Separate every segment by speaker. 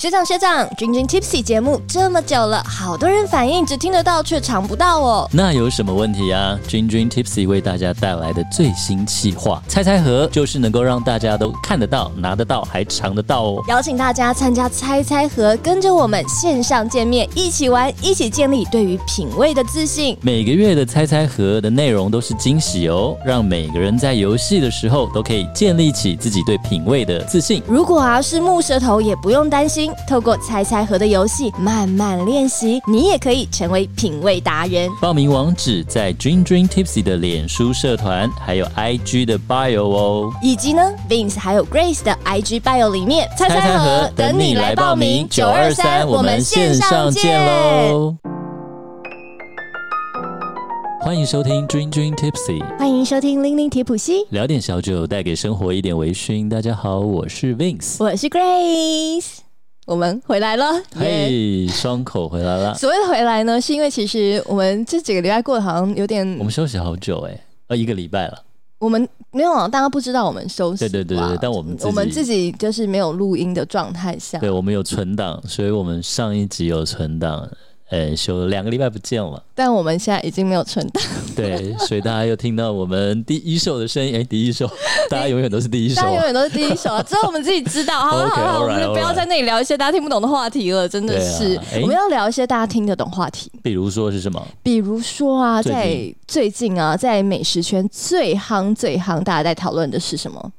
Speaker 1: 学长学长，君君 Tipsy 节目这么久了，好多人反映只听得到却尝不到哦。
Speaker 2: 那有什么问题啊？君君 Tipsy 为大家带来的最新企划“猜猜盒”，就是能够让大家都看得到、拿得到，还尝得到哦。
Speaker 1: 邀请大家参加猜猜盒，跟着我们线上见面，一起玩，一起建立对于品味的自信。
Speaker 2: 每个月的猜猜盒的内容都是惊喜哦，让每个人在游戏的时候都可以建立起自己对品味的自信。
Speaker 1: 如果啊是木舌头，也不用担心，透过猜猜盒的游戏慢慢练习，你也可以成为品味达人。
Speaker 2: 报名网址在 Dream Dream Tipsy 的脸书社团，还有 IG 的 bio 哦。
Speaker 1: 以及呢，Vince 还有 Grace 的 IG bio 里面，猜
Speaker 2: 猜猜盒等你来报名，九二三我们线上见。喽！欢迎收听 Dream Dream Tipsy，
Speaker 1: 欢迎收听《零零铁普西》，
Speaker 2: 聊点小酒，带给生活一点微醺。大家好，我是 Vince。
Speaker 1: 我是 Grace，我们回来了。耶
Speaker 2: 嘿，双口回来啦！
Speaker 1: 所谓的回来呢，是因为其实我们这几个礼拜过得好像有点，
Speaker 2: 我们休息好久哎、呃，一个礼拜了。
Speaker 1: 我们没有啊，大家不知道我们休息
Speaker 2: 对
Speaker 1: 啦。
Speaker 2: 对对对，但我们自己
Speaker 1: 我们自己就是没有录音的状态下，
Speaker 2: 对我们有存档，所以我们上一集有存档，呃，休两个礼拜不见 了。
Speaker 1: 但我们现在已经没有存档，
Speaker 2: 对，所以大家又听到我们第一首的声音，哎、第一首，大家永远都是第一首
Speaker 1: 大家永
Speaker 2: 啊。
Speaker 1: 远都是第一手啊，只有我们自己知 道。好了
Speaker 2: OK，
Speaker 1: 好了，我
Speaker 2: alright，
Speaker 1: 们就不要
Speaker 2: alright
Speaker 1: 在那里聊一些大家听不懂的话题了，真的
Speaker 2: 对啊
Speaker 1: 是。
Speaker 2: 诶
Speaker 1: 我们要聊一些大家听得懂话题，
Speaker 2: 比如说是什么？
Speaker 1: 比如说啊，
Speaker 2: 最
Speaker 1: 在
Speaker 2: 近
Speaker 1: 最近啊，在美食圈最夯最夯，大家在讨论的是什么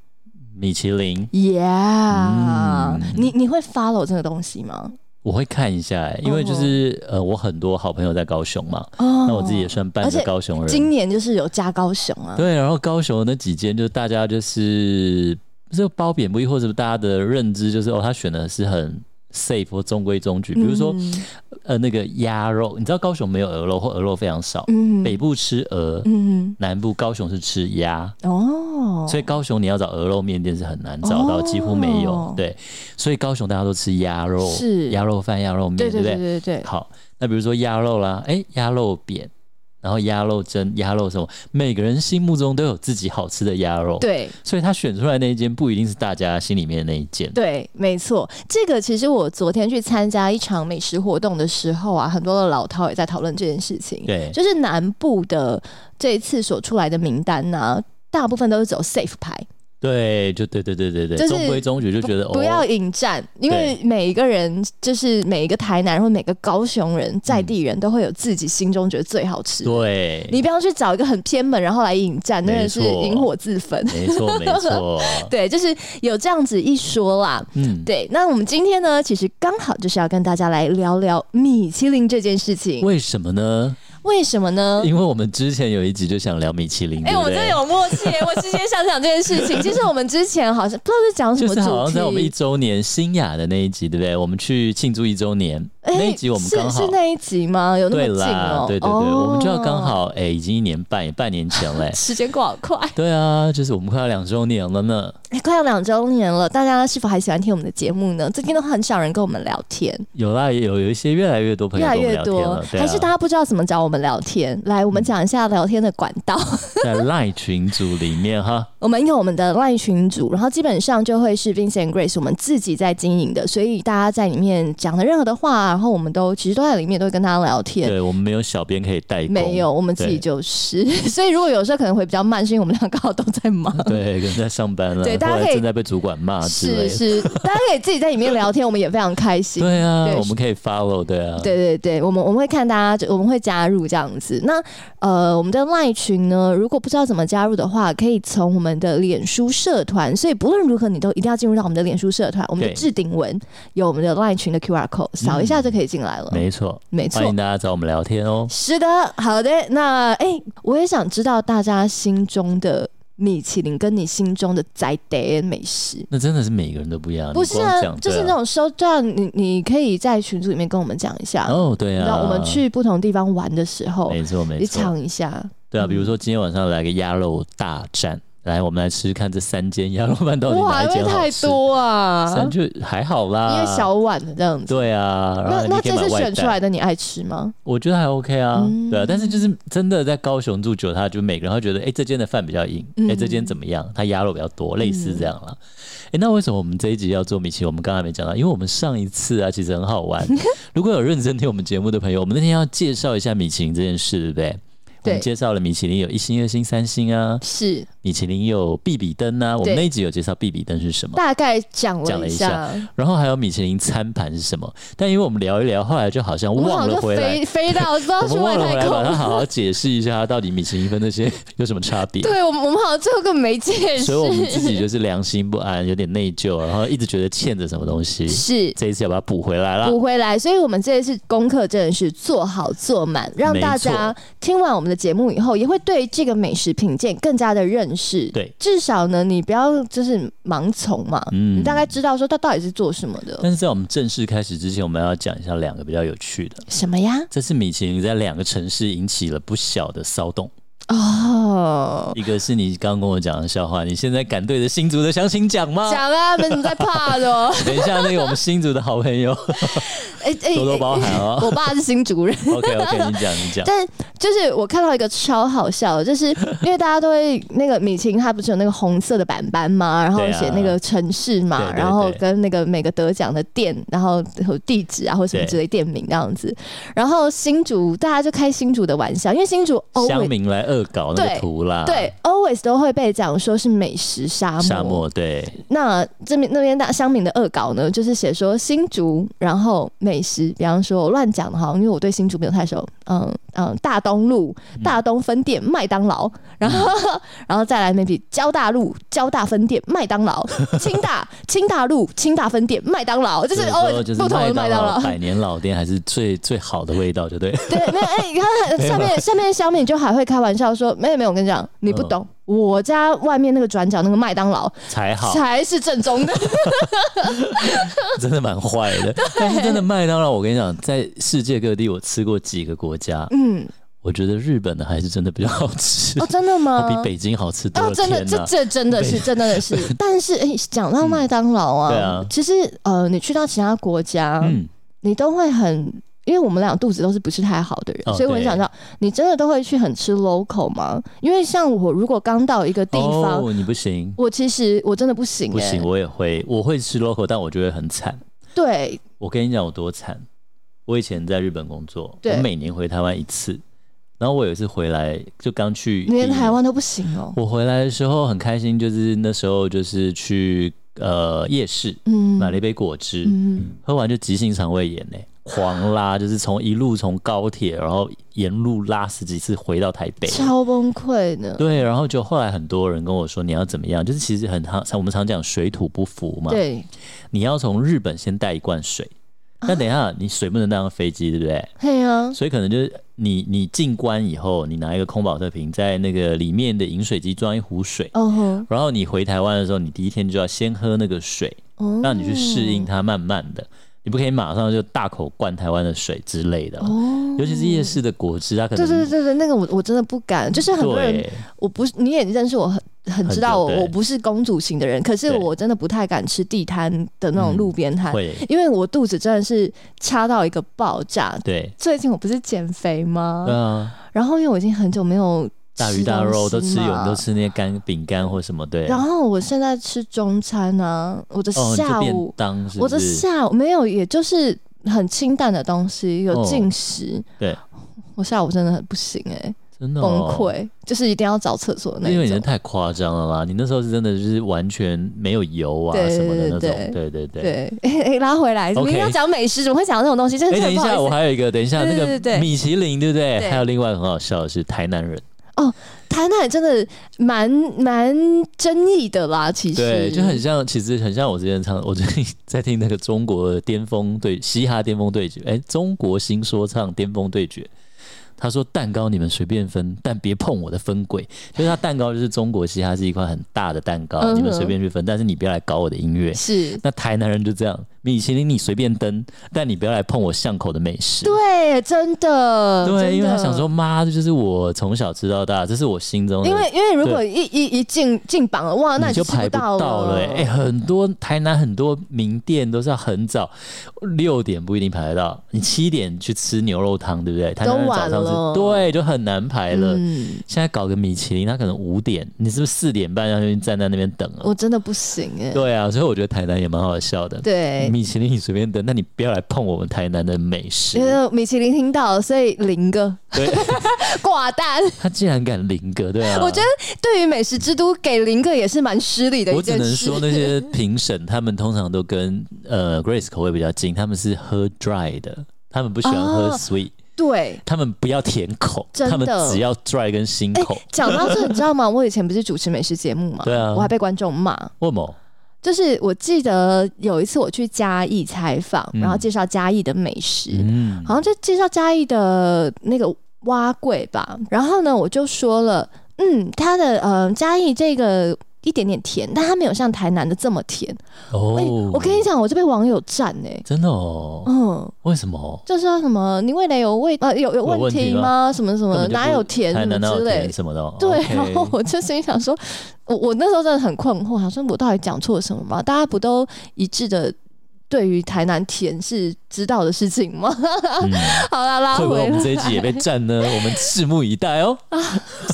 Speaker 2: 米其林，
Speaker 1: ？Yeah，、
Speaker 2: 嗯
Speaker 1: 你你会 follow 这个东西吗？
Speaker 2: 我会看一下、哎因为就是、呃，我很多好朋友在高雄嘛，
Speaker 1: 哦
Speaker 2: 那我自己也算半
Speaker 1: 而且
Speaker 2: 个高雄人。
Speaker 1: 今年就是有加高雄啊，
Speaker 2: 对，然后高雄那几间就是大家就是就褒贬不一，或者大家的认知就是哦，他选的是很 safe 或中规中矩。比如说、
Speaker 1: 嗯
Speaker 2: 呃那个鸭肉，你知道高雄没有鹅肉，或鹅肉非常少。
Speaker 1: 嗯
Speaker 2: 北部吃鹅，
Speaker 1: 嗯
Speaker 2: 南部高雄是吃鸭，
Speaker 1: 哦，
Speaker 2: 所以高雄你要找鹅肉面店是很难找到，
Speaker 1: 哦
Speaker 2: 几乎没有。对，所以高雄大家都吃鸭肉，
Speaker 1: 是
Speaker 2: 鸭肉饭、鸭肉面，
Speaker 1: 对
Speaker 2: 不
Speaker 1: 对对对对，
Speaker 2: 好，那比如说鸭肉啦，哎、鸭肉扁，然后鸭肉蒸、鸭肉什么，每个人心目中都有自己好吃的鸭肉，，
Speaker 1: 对
Speaker 2: 所以他选出来那一间不一定是大家心里面的那一间，
Speaker 1: 对，没错。这个其实我昨天去参加一场美食活动的时候啊，很多的老饕也在讨论这件事情。
Speaker 2: 对
Speaker 1: 就是南部的这一次所出来的名单呢、大部分都是走 safe 牌，
Speaker 2: 对，就对对对对对，
Speaker 1: 就是
Speaker 2: 中规中矩就觉得
Speaker 1: 不要
Speaker 2: 哦，
Speaker 1: 引战，因为每一个人就是每一个台南或每个高雄人在地人都会有自己心中觉得最好吃的。
Speaker 2: 对，
Speaker 1: 你不要去找一个很偏门，然后来引战，那
Speaker 2: 没
Speaker 1: 个是
Speaker 2: 错
Speaker 1: 引火自焚。
Speaker 2: 没错没错，
Speaker 1: 对，就是有这样子一说啦。
Speaker 2: 嗯，
Speaker 1: 对，那我们今天呢，其实刚好就是要跟大家来聊聊米其林这件事情。
Speaker 2: 为什么呢？
Speaker 1: 为什么呢？
Speaker 2: 因为我们之前有一集就想聊米其林，
Speaker 1: 哎、
Speaker 2: 对
Speaker 1: 我
Speaker 2: 不
Speaker 1: 们
Speaker 2: 对
Speaker 1: 真的有默契耶。我事先想想这件事 情，其实我们之前好像不知道在讲什
Speaker 2: 就
Speaker 1: 么
Speaker 2: 是好
Speaker 1: 主
Speaker 2: 像在我们一
Speaker 1: 题。
Speaker 2: 周年新雅的那一集，对不对？我们去庆祝一周年、
Speaker 1: 哎，
Speaker 2: 那一集，我们刚
Speaker 1: 是
Speaker 2: 好
Speaker 1: 是那一集吗？有那么
Speaker 2: 对
Speaker 1: 近
Speaker 2: 啦
Speaker 1: 哦、，
Speaker 2: 对对对，
Speaker 1: 哦。
Speaker 2: 我们就要刚好哎、已经一年半，也半年前 嘞
Speaker 1: 时间过好快，
Speaker 2: 对啊，就是我们快要两周年了呢，
Speaker 1: 哎、快要两周年了，大家是否还喜欢听我们的节目呢？最近都很少人跟我们聊天，
Speaker 2: 有啦，也有有一些越来越多朋
Speaker 1: 越
Speaker 2: 友
Speaker 1: 来
Speaker 2: 跟我们
Speaker 1: 越
Speaker 2: 聊天
Speaker 1: 多，
Speaker 2: 了，对啊，嗯
Speaker 1: 还是大家不知道怎么找我们聊天？来，我们讲一下聊天的管道。
Speaker 2: 在赖群组里面哈，
Speaker 1: 我们有我们的 LINE 群组，然后基本上就会是 Vincent Grace 我们自己在经营的，所以大家在里面讲的任何的话，然后我们都其实都在里面都会跟大家聊天。
Speaker 2: 对我们没有小编可以代工，
Speaker 1: 没有，我们自己就是， 所以如果有时候可能会比较慢，是因为我们两个刚好都在忙。
Speaker 2: 对，可能在上班 了，
Speaker 1: 对大家
Speaker 2: 或者
Speaker 1: 可以
Speaker 2: 正在被主管骂啊之类
Speaker 1: 是是，
Speaker 2: 的，
Speaker 1: 大家可以自己在里面聊天，我们也非常开心。
Speaker 2: 对啊，
Speaker 1: 对
Speaker 2: 我们可以 follow，对啊，
Speaker 1: 对对对，我们我们会看大家，就我们会加入这样子。那呃，我们的 LINE 群呢，如果不知道怎么加入的话，可以从我们的脸书社团。所以不论如何，你都一定要进入到我们的脸书社团。我们的
Speaker 2: 对嗯
Speaker 1: 置顶文有我们的 LINE 群的 QR code，扫一下就可以进来了。
Speaker 2: 没错，
Speaker 1: 没
Speaker 2: 欢
Speaker 1: 错
Speaker 2: 迎。大家找我们聊天哦。
Speaker 1: 是的，好的。那哎、我也想知道大家心中的米其林跟你心中的宅得美食，
Speaker 2: 那真的是每个人都不一样，
Speaker 1: 不是
Speaker 2: 你光讲
Speaker 1: 就是
Speaker 2: 对啊
Speaker 1: 那种收账，你你可以在群组里面跟我们讲一下。
Speaker 2: 哦，对
Speaker 1: 你知
Speaker 2: 啊，
Speaker 1: 道我们，去哦不同地方玩的时候，
Speaker 2: 没错没
Speaker 1: 你
Speaker 2: 错，
Speaker 1: 尝一下，
Speaker 2: 对啊，比如说今天晚上来个鸭肉大战，来，我们来吃看这三间鸭肉饭到底
Speaker 1: 哇，
Speaker 2: 哪一
Speaker 1: 因为
Speaker 2: 间好
Speaker 1: 太
Speaker 2: 吃？
Speaker 1: 多啊，
Speaker 2: 三就还好
Speaker 1: 因
Speaker 2: 啦，
Speaker 1: 为小碗的这样子。
Speaker 2: 对啊，然
Speaker 1: 那
Speaker 2: 后
Speaker 1: 那
Speaker 2: 你可以
Speaker 1: 这
Speaker 2: 买
Speaker 1: 次
Speaker 2: 外
Speaker 1: 选
Speaker 2: 带
Speaker 1: 出来的你爱吃吗？
Speaker 2: 我觉得还 OK 啊，
Speaker 1: 嗯
Speaker 2: 对啊，但是就是真的在高雄住久，他就每个人会觉得，哎、这间的饭比较硬，哎、
Speaker 1: 嗯
Speaker 2: 这间怎么样？它鸭肉比较多，类似这样啦。哎、那为什么我们这一集要做米奇？我们刚才没讲到，因为我们上一次啊，其实很好 玩。如果有认真听我们节目的朋友，我们那天要介绍一下米其林这件事，对不对？我
Speaker 1: 对
Speaker 2: 们介绍了米其林有一星、二星、三星啊，
Speaker 1: 是，
Speaker 2: 米其林有必比登啊，我
Speaker 1: 对
Speaker 2: 们那一集有介绍必比登是什么。
Speaker 1: 大概讲了
Speaker 2: 讲了
Speaker 1: 一
Speaker 2: 一下
Speaker 1: 下，
Speaker 2: 然后还有米其林餐盘是什么？但因为我们聊一聊，后来就好像
Speaker 1: 我们好
Speaker 2: 忘
Speaker 1: 像
Speaker 2: 了
Speaker 1: 就
Speaker 2: 回来
Speaker 1: 飞飞到不知道
Speaker 2: 我
Speaker 1: 去
Speaker 2: 们
Speaker 1: 外
Speaker 2: 忘了回
Speaker 1: 太
Speaker 2: 来把它
Speaker 1: 空。
Speaker 2: 好好解释一下，它到底米其林跟那些有什么差别。
Speaker 1: 对我们，我们好像最后根本没解释
Speaker 2: 所以，我们自己就是良心不安，有点内疚，然后一直觉得欠着什么东西。
Speaker 1: 是
Speaker 2: 这一次要把它补回来啦。
Speaker 1: 补回来，所以我们这一次功课真的是做好做满，让大家听完我们的节目以后，也会对这个美食品鉴更加的认识。
Speaker 2: 对，
Speaker 1: 至少呢，你不要就是盲从嘛，
Speaker 2: 嗯
Speaker 1: 你大概知道说它到底是做什么的。
Speaker 2: 但是在我们正式开始之前，我们要讲一下两个比较有趣的。
Speaker 1: 什么呀？
Speaker 2: 这次米其林在两个城市引起了不小的骚动，
Speaker 1: 哦，
Speaker 2: 一个是你刚刚跟我讲的笑话，你现在敢对着新竹的乡亲讲吗？
Speaker 1: 讲啊，没什么在怕的哦。
Speaker 2: 等一下，那个我们新竹的好朋友
Speaker 1: 哎哎，
Speaker 2: 多多包涵哦。
Speaker 1: 我爸是新竹人。
Speaker 2: OK OK，你讲你讲，
Speaker 1: 但就是我看到一个超好笑的，就是 因为大家都会那个米其林，它不是有那个红色的板板嘛，然后
Speaker 2: 对啊
Speaker 1: 写那个城市嘛，
Speaker 2: 对对对
Speaker 1: 然后跟那个每个得奖的店，然后有地址啊或什么
Speaker 2: 对
Speaker 1: 之类店名那样子。然后新竹大家就开新竹的玩笑，因为新竹
Speaker 2: 乡
Speaker 1: always
Speaker 2: 民来恶搞那
Speaker 1: 对
Speaker 2: 个图啦，
Speaker 1: 对 always 都会被讲说是美食沙漠。
Speaker 2: 啊沙漠对，
Speaker 1: 那这边那边大乡民的恶搞呢，就是写说新竹，然后美食，比方说我乱讲的哈，因为我对新竹没有太熟，嗯嗯，大东路大东分店麦当 劳，然后然后再来 maybe 交大路交大分店麦当 劳，清大清大路清大分店麦当劳，就是
Speaker 2: 所以
Speaker 1: 偶尔
Speaker 2: 说就是
Speaker 1: 不同的麦当劳。
Speaker 2: 百年老店还是最最好的味道，就对。
Speaker 1: 对，没有哎、你看下面下面小敏就还会开玩笑说，没有没有，我跟你讲，你不懂，我家外面那个转角那个麦当劳
Speaker 2: 才好，
Speaker 1: 才是正宗 的。
Speaker 2: 真的蛮坏的。但是真的麦当劳，我跟你讲，在世界各地我吃过几个国家，
Speaker 1: 嗯，
Speaker 2: 我觉得日本的还是真的比较好吃，
Speaker 1: 哦，真的 吗？
Speaker 2: 比北京好吃多
Speaker 1: 哦，
Speaker 2: 了。
Speaker 1: 真的，
Speaker 2: 天
Speaker 1: 这
Speaker 2: 哪！
Speaker 1: 这真的是，真的是。 但是，哎、讲到麦当劳啊，
Speaker 2: 嗯对啊
Speaker 1: 其实呃，你去到其他国家，
Speaker 2: 嗯，
Speaker 1: 你都会很，因为我们俩肚子都是不是太好的人，
Speaker 2: 哦
Speaker 1: 所以我很
Speaker 2: 对
Speaker 1: 想知道，你真的都会去很吃 local 吗？因为像我，如果刚到一个地方，
Speaker 2: 哦，你不行。
Speaker 1: 我其实我真的不行、哎，
Speaker 2: 不行，我也会，我会吃 local，但我觉得很惨。
Speaker 1: 对，
Speaker 2: 我跟你讲，有多惨。我以前在日本工作，
Speaker 1: 对
Speaker 2: 我每年回台湾一次。然后我有一次回来，就刚去
Speaker 1: 你连
Speaker 2: 第一
Speaker 1: 台湾都不行哦、
Speaker 2: 我回来的时候很开心，就是那时候就是去呃夜市
Speaker 1: 嗯
Speaker 2: 买了一杯果汁，
Speaker 1: 嗯，
Speaker 2: 喝完就急性肠胃炎嘞、欸狂拉，就是从一路从高铁，然后沿路拉十几次回到台北。
Speaker 1: 超崩溃的，
Speaker 2: 对，然后就后来很多人跟我说你要怎么样，就是其实很常我们常讲水土不服嘛，
Speaker 1: 对，
Speaker 2: 你要从日本先带一罐水，
Speaker 1: 啊
Speaker 2: 但等一下你水不能带上飞机，对不对？
Speaker 1: 嘿啊，
Speaker 2: 所以可能就是你你进关以后，你拿一个空保特瓶，在那个里面的饮水机装一壶水，
Speaker 1: 哦吼，
Speaker 2: 然后你回台湾的时候，你第一天就要先喝那个水，
Speaker 1: 哦
Speaker 2: 让你去适应它，慢慢的，你不可以马上就大口灌台湾的水之类的啦。
Speaker 1: 哦
Speaker 2: 尤其是夜市的果汁，它可
Speaker 1: 对
Speaker 2: 能
Speaker 1: 对对对，那个我我真的不敢，就是很多人，
Speaker 2: 对
Speaker 1: 我不是你也认识我很很知道我
Speaker 2: 很久对
Speaker 1: 我不是公主型的人，可是
Speaker 2: 对
Speaker 1: 我真的不太敢吃地摊的那种
Speaker 2: 嗯
Speaker 1: 路边摊，
Speaker 2: 会
Speaker 1: 因为我肚子真的是差到一个爆炸。
Speaker 2: 对
Speaker 1: 最近我不是减肥吗？
Speaker 2: 对啊，
Speaker 1: 然后因为我已经很久没有
Speaker 2: 大鱼大肉都
Speaker 1: 东西
Speaker 2: 吃，有
Speaker 1: 嘛
Speaker 2: 都吃那些干饼干或什么，对。
Speaker 1: 然后我现在吃中餐啊，我的
Speaker 2: 哦，你就
Speaker 1: 下
Speaker 2: 便
Speaker 1: 午，
Speaker 2: 当是
Speaker 1: 我
Speaker 2: 不
Speaker 1: 的
Speaker 2: 是？
Speaker 1: 下午没有，也就是很清淡的东西，有
Speaker 2: 哦
Speaker 1: 进食。
Speaker 2: 对，
Speaker 1: 我下午真的很不行哎、
Speaker 2: 真的
Speaker 1: 崩
Speaker 2: 哦。
Speaker 1: 溃，就是一定要找厕所的那
Speaker 2: 因为你
Speaker 1: 一
Speaker 2: 那
Speaker 1: 种。
Speaker 2: 太夸张了啦！你那时候是真的就是完全没有油啊
Speaker 1: 对
Speaker 2: 什么的那
Speaker 1: 对
Speaker 2: 种，对对对。
Speaker 1: 对， 哎、哎拉回来，
Speaker 2: OK
Speaker 1: 明明要讲美食，怎么会讲到这种东西？真
Speaker 2: 哎、
Speaker 1: 的
Speaker 2: 等
Speaker 1: 很
Speaker 2: 一
Speaker 1: 不
Speaker 2: 下，
Speaker 1: 好
Speaker 2: 我
Speaker 1: 意思。
Speaker 2: 还有一个，等一下
Speaker 1: 对对对
Speaker 2: 那
Speaker 1: 对
Speaker 2: 个米其林，对不对？
Speaker 1: 对
Speaker 2: 还有另外一个很好笑的是台南人，
Speaker 1: 台南人真的蛮蛮争议的啦，其实
Speaker 2: 对，就很像，其实很像我之前唱，我最近在听那个中国巅峰对嘻哈巅峰对决，哎、中国新说唱巅峰对决。他说：“蛋糕你们随便分，但别碰我的分轨。就是他蛋糕就是中国嘻哈是一块很大的蛋糕，
Speaker 1: 嗯哼
Speaker 2: 你们随便去分，但是你不要来搞我的音乐。
Speaker 1: 是
Speaker 2: 那台南人就这样，米其林你随便登，但你不要来碰我巷口的美食。
Speaker 1: 对，真的，呃真
Speaker 2: 对，因为他
Speaker 1: 的
Speaker 2: 想说，妈，这就是我从小吃到大，这是我心中的。
Speaker 1: 因为因为如果一一一进进榜了，哇，那
Speaker 2: 你就
Speaker 1: 吃
Speaker 2: 排不
Speaker 1: 到
Speaker 2: 到了、欸，哎、很多台南很多名店都是要很早，六点不一定排得到，你七点去吃牛肉汤，对不对？台南人
Speaker 1: 都
Speaker 2: 早
Speaker 1: 晚
Speaker 2: 上
Speaker 1: 了
Speaker 2: 是，对，就很难排了。
Speaker 1: 嗯，
Speaker 2: 现在搞个米其林，他可能五点，你是不是四点半要去站在那边等了？
Speaker 1: 我真的不行哎、
Speaker 2: 对啊，所以我觉得台南也蛮好笑的。
Speaker 1: 对，
Speaker 2: 米其林你随便等，那你不要来碰我们台南的美食
Speaker 1: 因。为米其林听到了，所以零个
Speaker 2: 对，
Speaker 1: 挂单。
Speaker 2: 他竟然敢零个，对啊。
Speaker 1: 我觉得对于美食之都给零个也是蛮失礼的一
Speaker 2: 我只
Speaker 1: 件事。
Speaker 2: 能说那 些评审，他们通常都跟呃 Grace 口味比较近，他们是喝 dry 的，他们不喜欢喝
Speaker 1: 哦
Speaker 2: sweet，、
Speaker 1: 对。
Speaker 2: 他们不要甜口，
Speaker 1: 真的
Speaker 2: 他们只要 dry 跟新
Speaker 1: 哎
Speaker 2: 口。，
Speaker 1: 讲到这，你知道吗？我以前不是主持美食节目嘛，
Speaker 2: 对啊
Speaker 1: 我还被观众骂。
Speaker 2: 为什么？
Speaker 1: 就是我记得有一次我去嘉义采访，
Speaker 2: 嗯
Speaker 1: 然后介绍嘉义的美食，
Speaker 2: 嗯，
Speaker 1: 好像就介绍嘉义的那个蛙柜吧。然后呢，我就说了，嗯，它的呃嘉义这个一点点甜，但它没有像台南的这么甜。
Speaker 2: 哦、
Speaker 1: 哎，我跟你讲，我就被网友赞哎、
Speaker 2: 真的哦，
Speaker 1: 嗯，
Speaker 2: 为什么？
Speaker 1: 就说什么你味蕾有味呃有有问题
Speaker 2: 有问题
Speaker 1: 吗？什么什
Speaker 2: 根
Speaker 1: 么
Speaker 2: 本就不哎
Speaker 1: 哪有甜
Speaker 2: 台
Speaker 1: 什
Speaker 2: 南
Speaker 1: 么
Speaker 2: 哪
Speaker 1: 之
Speaker 2: 有
Speaker 1: 类
Speaker 2: 甜。什么的哦？
Speaker 1: 对
Speaker 2: OK
Speaker 1: 然后我就心里想说，我我那时候真的很困惑，想说我到底讲错了什么吗？大家不都一致的对于台南甜是知道的事情吗？
Speaker 2: 嗯
Speaker 1: 好啦，拉
Speaker 2: 会不会
Speaker 1: 回
Speaker 2: 我们这一
Speaker 1: 来，
Speaker 2: 集也被占呢？我们拭目以待哦。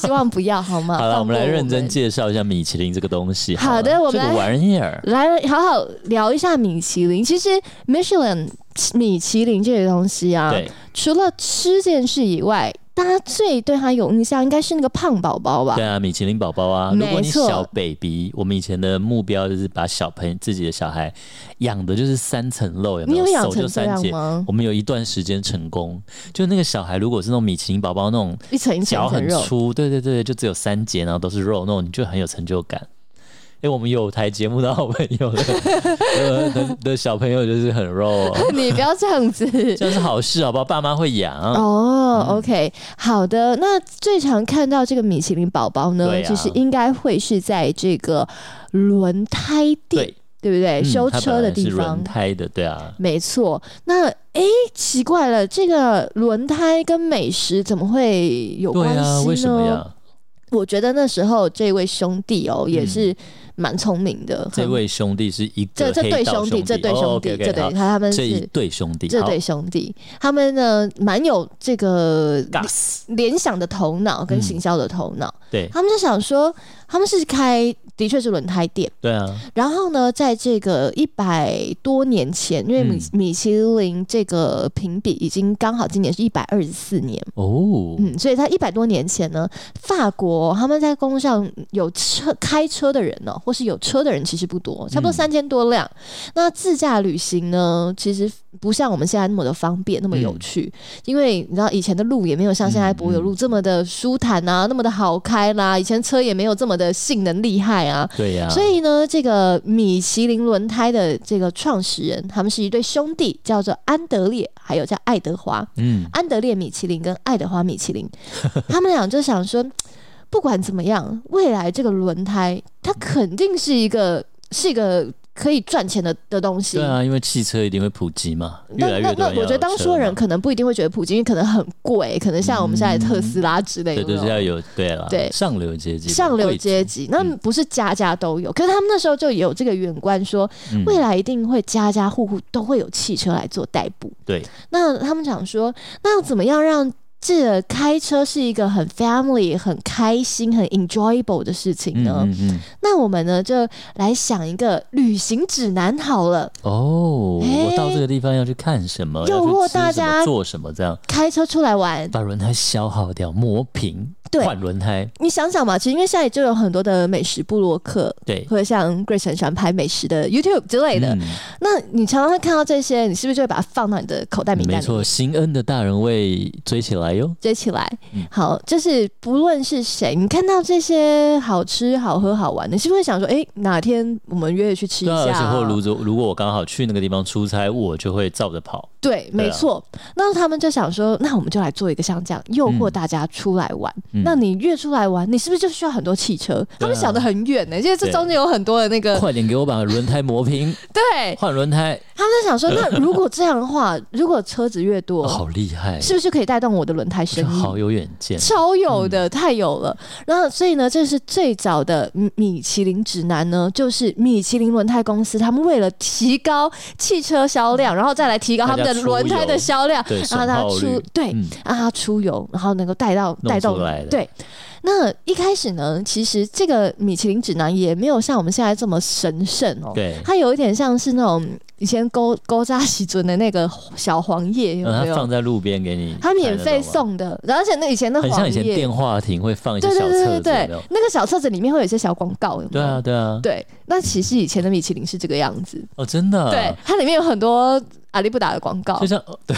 Speaker 1: 希望不要好吗？
Speaker 2: 好了，
Speaker 1: 放
Speaker 2: 我们来
Speaker 1: 过
Speaker 2: 认真介绍一下米其林这个东西。
Speaker 1: 好的
Speaker 2: 了
Speaker 1: 我们
Speaker 2: 这个
Speaker 1: 来
Speaker 2: 玩意儿，
Speaker 1: 来好好聊一下米其林。其实 Michelin 米其林这个东西啊，
Speaker 2: 对
Speaker 1: 除了吃这件事以外，大家最对它有印象应该是那个胖宝宝吧
Speaker 2: 对？啊，米其林宝宝啊，
Speaker 1: 没
Speaker 2: 如果你
Speaker 1: 错
Speaker 2: 小 baby，我们以前的目标就是把小朋友自己的小孩养的就是三层肉，有没
Speaker 1: 你有养
Speaker 2: 手就
Speaker 1: 成这
Speaker 2: 三
Speaker 1: 样
Speaker 2: 节。
Speaker 1: 吗？
Speaker 2: 我们有一段时间成功，就那个小孩如果是那种米其林宝宝那种
Speaker 1: 一层一层
Speaker 2: 脚
Speaker 1: 一层
Speaker 2: 很
Speaker 1: 肉，
Speaker 2: 粗，对对对，就只有三节，然后都是肉那种，你就很有成就感。哎、我们有台节目的好朋友 的的的的小朋友就是很肉、哦，
Speaker 1: 你不要这样子。
Speaker 2: 这样是好事，好不好？爸妈会养。
Speaker 1: 哦、o
Speaker 2: 嗯
Speaker 1: k 好的。那最常看到这个米其林宝宝呢，
Speaker 2: 对啊
Speaker 1: 其实应该会是在这个轮胎店，
Speaker 2: 对，
Speaker 1: 对不对？
Speaker 2: 嗯
Speaker 1: 修
Speaker 2: 它本
Speaker 1: 车的
Speaker 2: 来是
Speaker 1: 地方
Speaker 2: 轮。胎的，对啊。
Speaker 1: 没错，那诶，奇怪了，这个轮胎跟美食怎么会有
Speaker 2: 对
Speaker 1: 关
Speaker 2: 啊，为
Speaker 1: 系
Speaker 2: 什么
Speaker 1: 呢？
Speaker 2: 呀？
Speaker 1: 我觉得那时候这位兄弟哦，也
Speaker 2: 嗯
Speaker 1: 是蛮聪明的。
Speaker 2: 这
Speaker 1: 很
Speaker 2: 位兄弟是一
Speaker 1: 嗯这
Speaker 2: 个
Speaker 1: 这
Speaker 2: 黑
Speaker 1: 对
Speaker 2: 道
Speaker 1: 兄弟，这对兄弟，
Speaker 2: 哦，OK，OK，
Speaker 1: 这对
Speaker 2: 好
Speaker 1: 他他们
Speaker 2: 这一
Speaker 1: 是
Speaker 2: 对兄弟，
Speaker 1: 这
Speaker 2: 好
Speaker 1: 对兄弟，他们呢蛮有这个
Speaker 2: gas
Speaker 1: 联想的头脑跟
Speaker 2: 嗯
Speaker 1: 行销的头脑，
Speaker 2: 对
Speaker 1: 他们就想说他们是开。的确是轮胎店，
Speaker 2: 对啊，
Speaker 1: 然后呢，在这个一百多年前，因为米、米其林这个评比已经刚好今年是一百二十四年，
Speaker 2: 哦，
Speaker 1: 嗯，所以在一百多年前呢，法国他们在公路上有车开车的人呢、或是有车的人其实不多，差不多
Speaker 2: 嗯
Speaker 1: 三千多辆。那自驾旅行呢，其实不像我们现在那么的方便，那么有
Speaker 2: 嗯
Speaker 1: 趣，因为你知道以前的路也没有像现在柏油路这么的舒坦啊，那么的好开啦，以前车也没有这么的性能厉害啊。
Speaker 2: 对呀，
Speaker 1: 所以呢，这个米其林轮胎的这个创始人，他们是一对兄弟，叫做安德烈，还有叫爱德华。
Speaker 2: 嗯，
Speaker 1: 安德烈米其林跟爱德华米其林， 他们俩就想说，不管怎么样，未来这个轮胎它肯定是一个是一个可以赚钱的的东西。
Speaker 2: 对啊，因为汽车一定会普及嘛，越
Speaker 1: 那
Speaker 2: 来
Speaker 1: 那
Speaker 2: 越多
Speaker 1: 那，
Speaker 2: 人要
Speaker 1: 我觉得当
Speaker 2: 车
Speaker 1: 说人
Speaker 2: 嘛
Speaker 1: 可能不一定会觉得普及，因为可能很贵，可能像我们现在的特斯拉之类的
Speaker 2: 对
Speaker 1: 那
Speaker 2: 对
Speaker 1: 种
Speaker 2: 是要有对了，
Speaker 1: 对
Speaker 2: 上流阶级的，
Speaker 1: 上流
Speaker 2: 贵
Speaker 1: 阶级，那
Speaker 2: 嗯
Speaker 1: 不是家家都有。可是他们那时候就有这个远观说，
Speaker 2: 嗯
Speaker 1: 未来一定会家家户户都会有汽车来做代步。
Speaker 2: 对，
Speaker 1: 那他们想说，那要怎么样让这个开车是一个很 family、很开心、很 enjoyable 的事情
Speaker 2: 嗯
Speaker 1: 呢？
Speaker 2: 嗯嗯，
Speaker 1: 那我们呢就来想一个旅行指南好了。
Speaker 2: 哦，我到
Speaker 1: 哎
Speaker 2: 这个地方要去看什么，
Speaker 1: 诱
Speaker 2: 要去
Speaker 1: 惑
Speaker 2: 吃
Speaker 1: 大
Speaker 2: 什么
Speaker 1: 家
Speaker 2: 做什么，这样
Speaker 1: 开车出来玩，
Speaker 2: 把轮胎消耗掉，磨平，
Speaker 1: 对
Speaker 2: 换轮胎，
Speaker 1: 你想想嘛，其实因为现在就有很多的美食部落客，
Speaker 2: 对，
Speaker 1: 或者像 Grace 很喜欢拍美食的 YouTube 之类的。
Speaker 2: 嗯
Speaker 1: 那你常常会看到这些，你是不是就会把它放到你的口袋名单里
Speaker 2: 没
Speaker 1: 面
Speaker 2: 错，新恩的大人味追起来哟。
Speaker 1: 追起来？
Speaker 2: 嗯
Speaker 1: 好，就是不论是谁，你看到这些好吃、好喝、好玩的，你是不是会想说，哎、哪天我们约着去吃一
Speaker 2: 对
Speaker 1: 下
Speaker 2: 啊，而且
Speaker 1: 啊、
Speaker 2: 或如如如果我刚好去那个地方出差，我就会照着跑。
Speaker 1: 对，没
Speaker 2: 啊
Speaker 1: 错。那他们就想说，那我们就来做一个像这样诱惑大家出来玩。
Speaker 2: 嗯啊
Speaker 1: 那你越出来玩，你是不是就需要很多汽车？他们想得很远呢、因为这
Speaker 2: 对
Speaker 1: 中间有很多的那个，
Speaker 2: 快点给我把轮胎 磨平，
Speaker 1: 对，
Speaker 2: 换轮胎，
Speaker 1: 他们在想说，那如果这样的话，如果车子越多，
Speaker 2: 哦 好厉害，
Speaker 1: 是不是可以带动我的轮胎
Speaker 2: 我觉
Speaker 1: 生
Speaker 2: 得
Speaker 1: 意？
Speaker 2: 好有远见，
Speaker 1: 超有
Speaker 2: 嗯
Speaker 1: 的，太有了。然后，所以呢，这是最早的米米其林指南呢，就是米其林轮胎公司，他们为了提高汽车销量，然后再来提高他们的
Speaker 2: 嗯大家出游
Speaker 1: 轮胎的销量，
Speaker 2: 对，
Speaker 1: 然后
Speaker 2: 损
Speaker 1: 他
Speaker 2: 耗
Speaker 1: 出哎
Speaker 2: 率，
Speaker 1: 对，
Speaker 2: 嗯，
Speaker 1: 让它出油，然后能够带到
Speaker 2: 弄
Speaker 1: 带动
Speaker 2: 出来的
Speaker 1: 对，那一开始呢，其实这个米其林指南也没有像我们现在这么神圣哦，
Speaker 2: 对，
Speaker 1: 它有一点像是那种以前勾勾扎喜尊的那个小黄叶，有
Speaker 2: 然后
Speaker 1: 没
Speaker 2: 他
Speaker 1: 有？
Speaker 2: 嗯放在路边给你，
Speaker 1: 它免费，送的，而且那以前那
Speaker 2: 很
Speaker 1: 黄
Speaker 2: 像以前
Speaker 1: 叶，
Speaker 2: 电话亭会放一些
Speaker 1: 对对
Speaker 2: 小
Speaker 1: 对对
Speaker 2: 册子，有
Speaker 1: 对
Speaker 2: 没有，
Speaker 1: 那个小册子里面会有一些小广告，有没
Speaker 2: 对
Speaker 1: 有
Speaker 2: 啊，对啊，
Speaker 1: 对，那其实以前的米其林是这个样子，
Speaker 2: 哦，真的啊，
Speaker 1: 对，它里面有很多阿里不达的广告
Speaker 2: 就，像 哦对，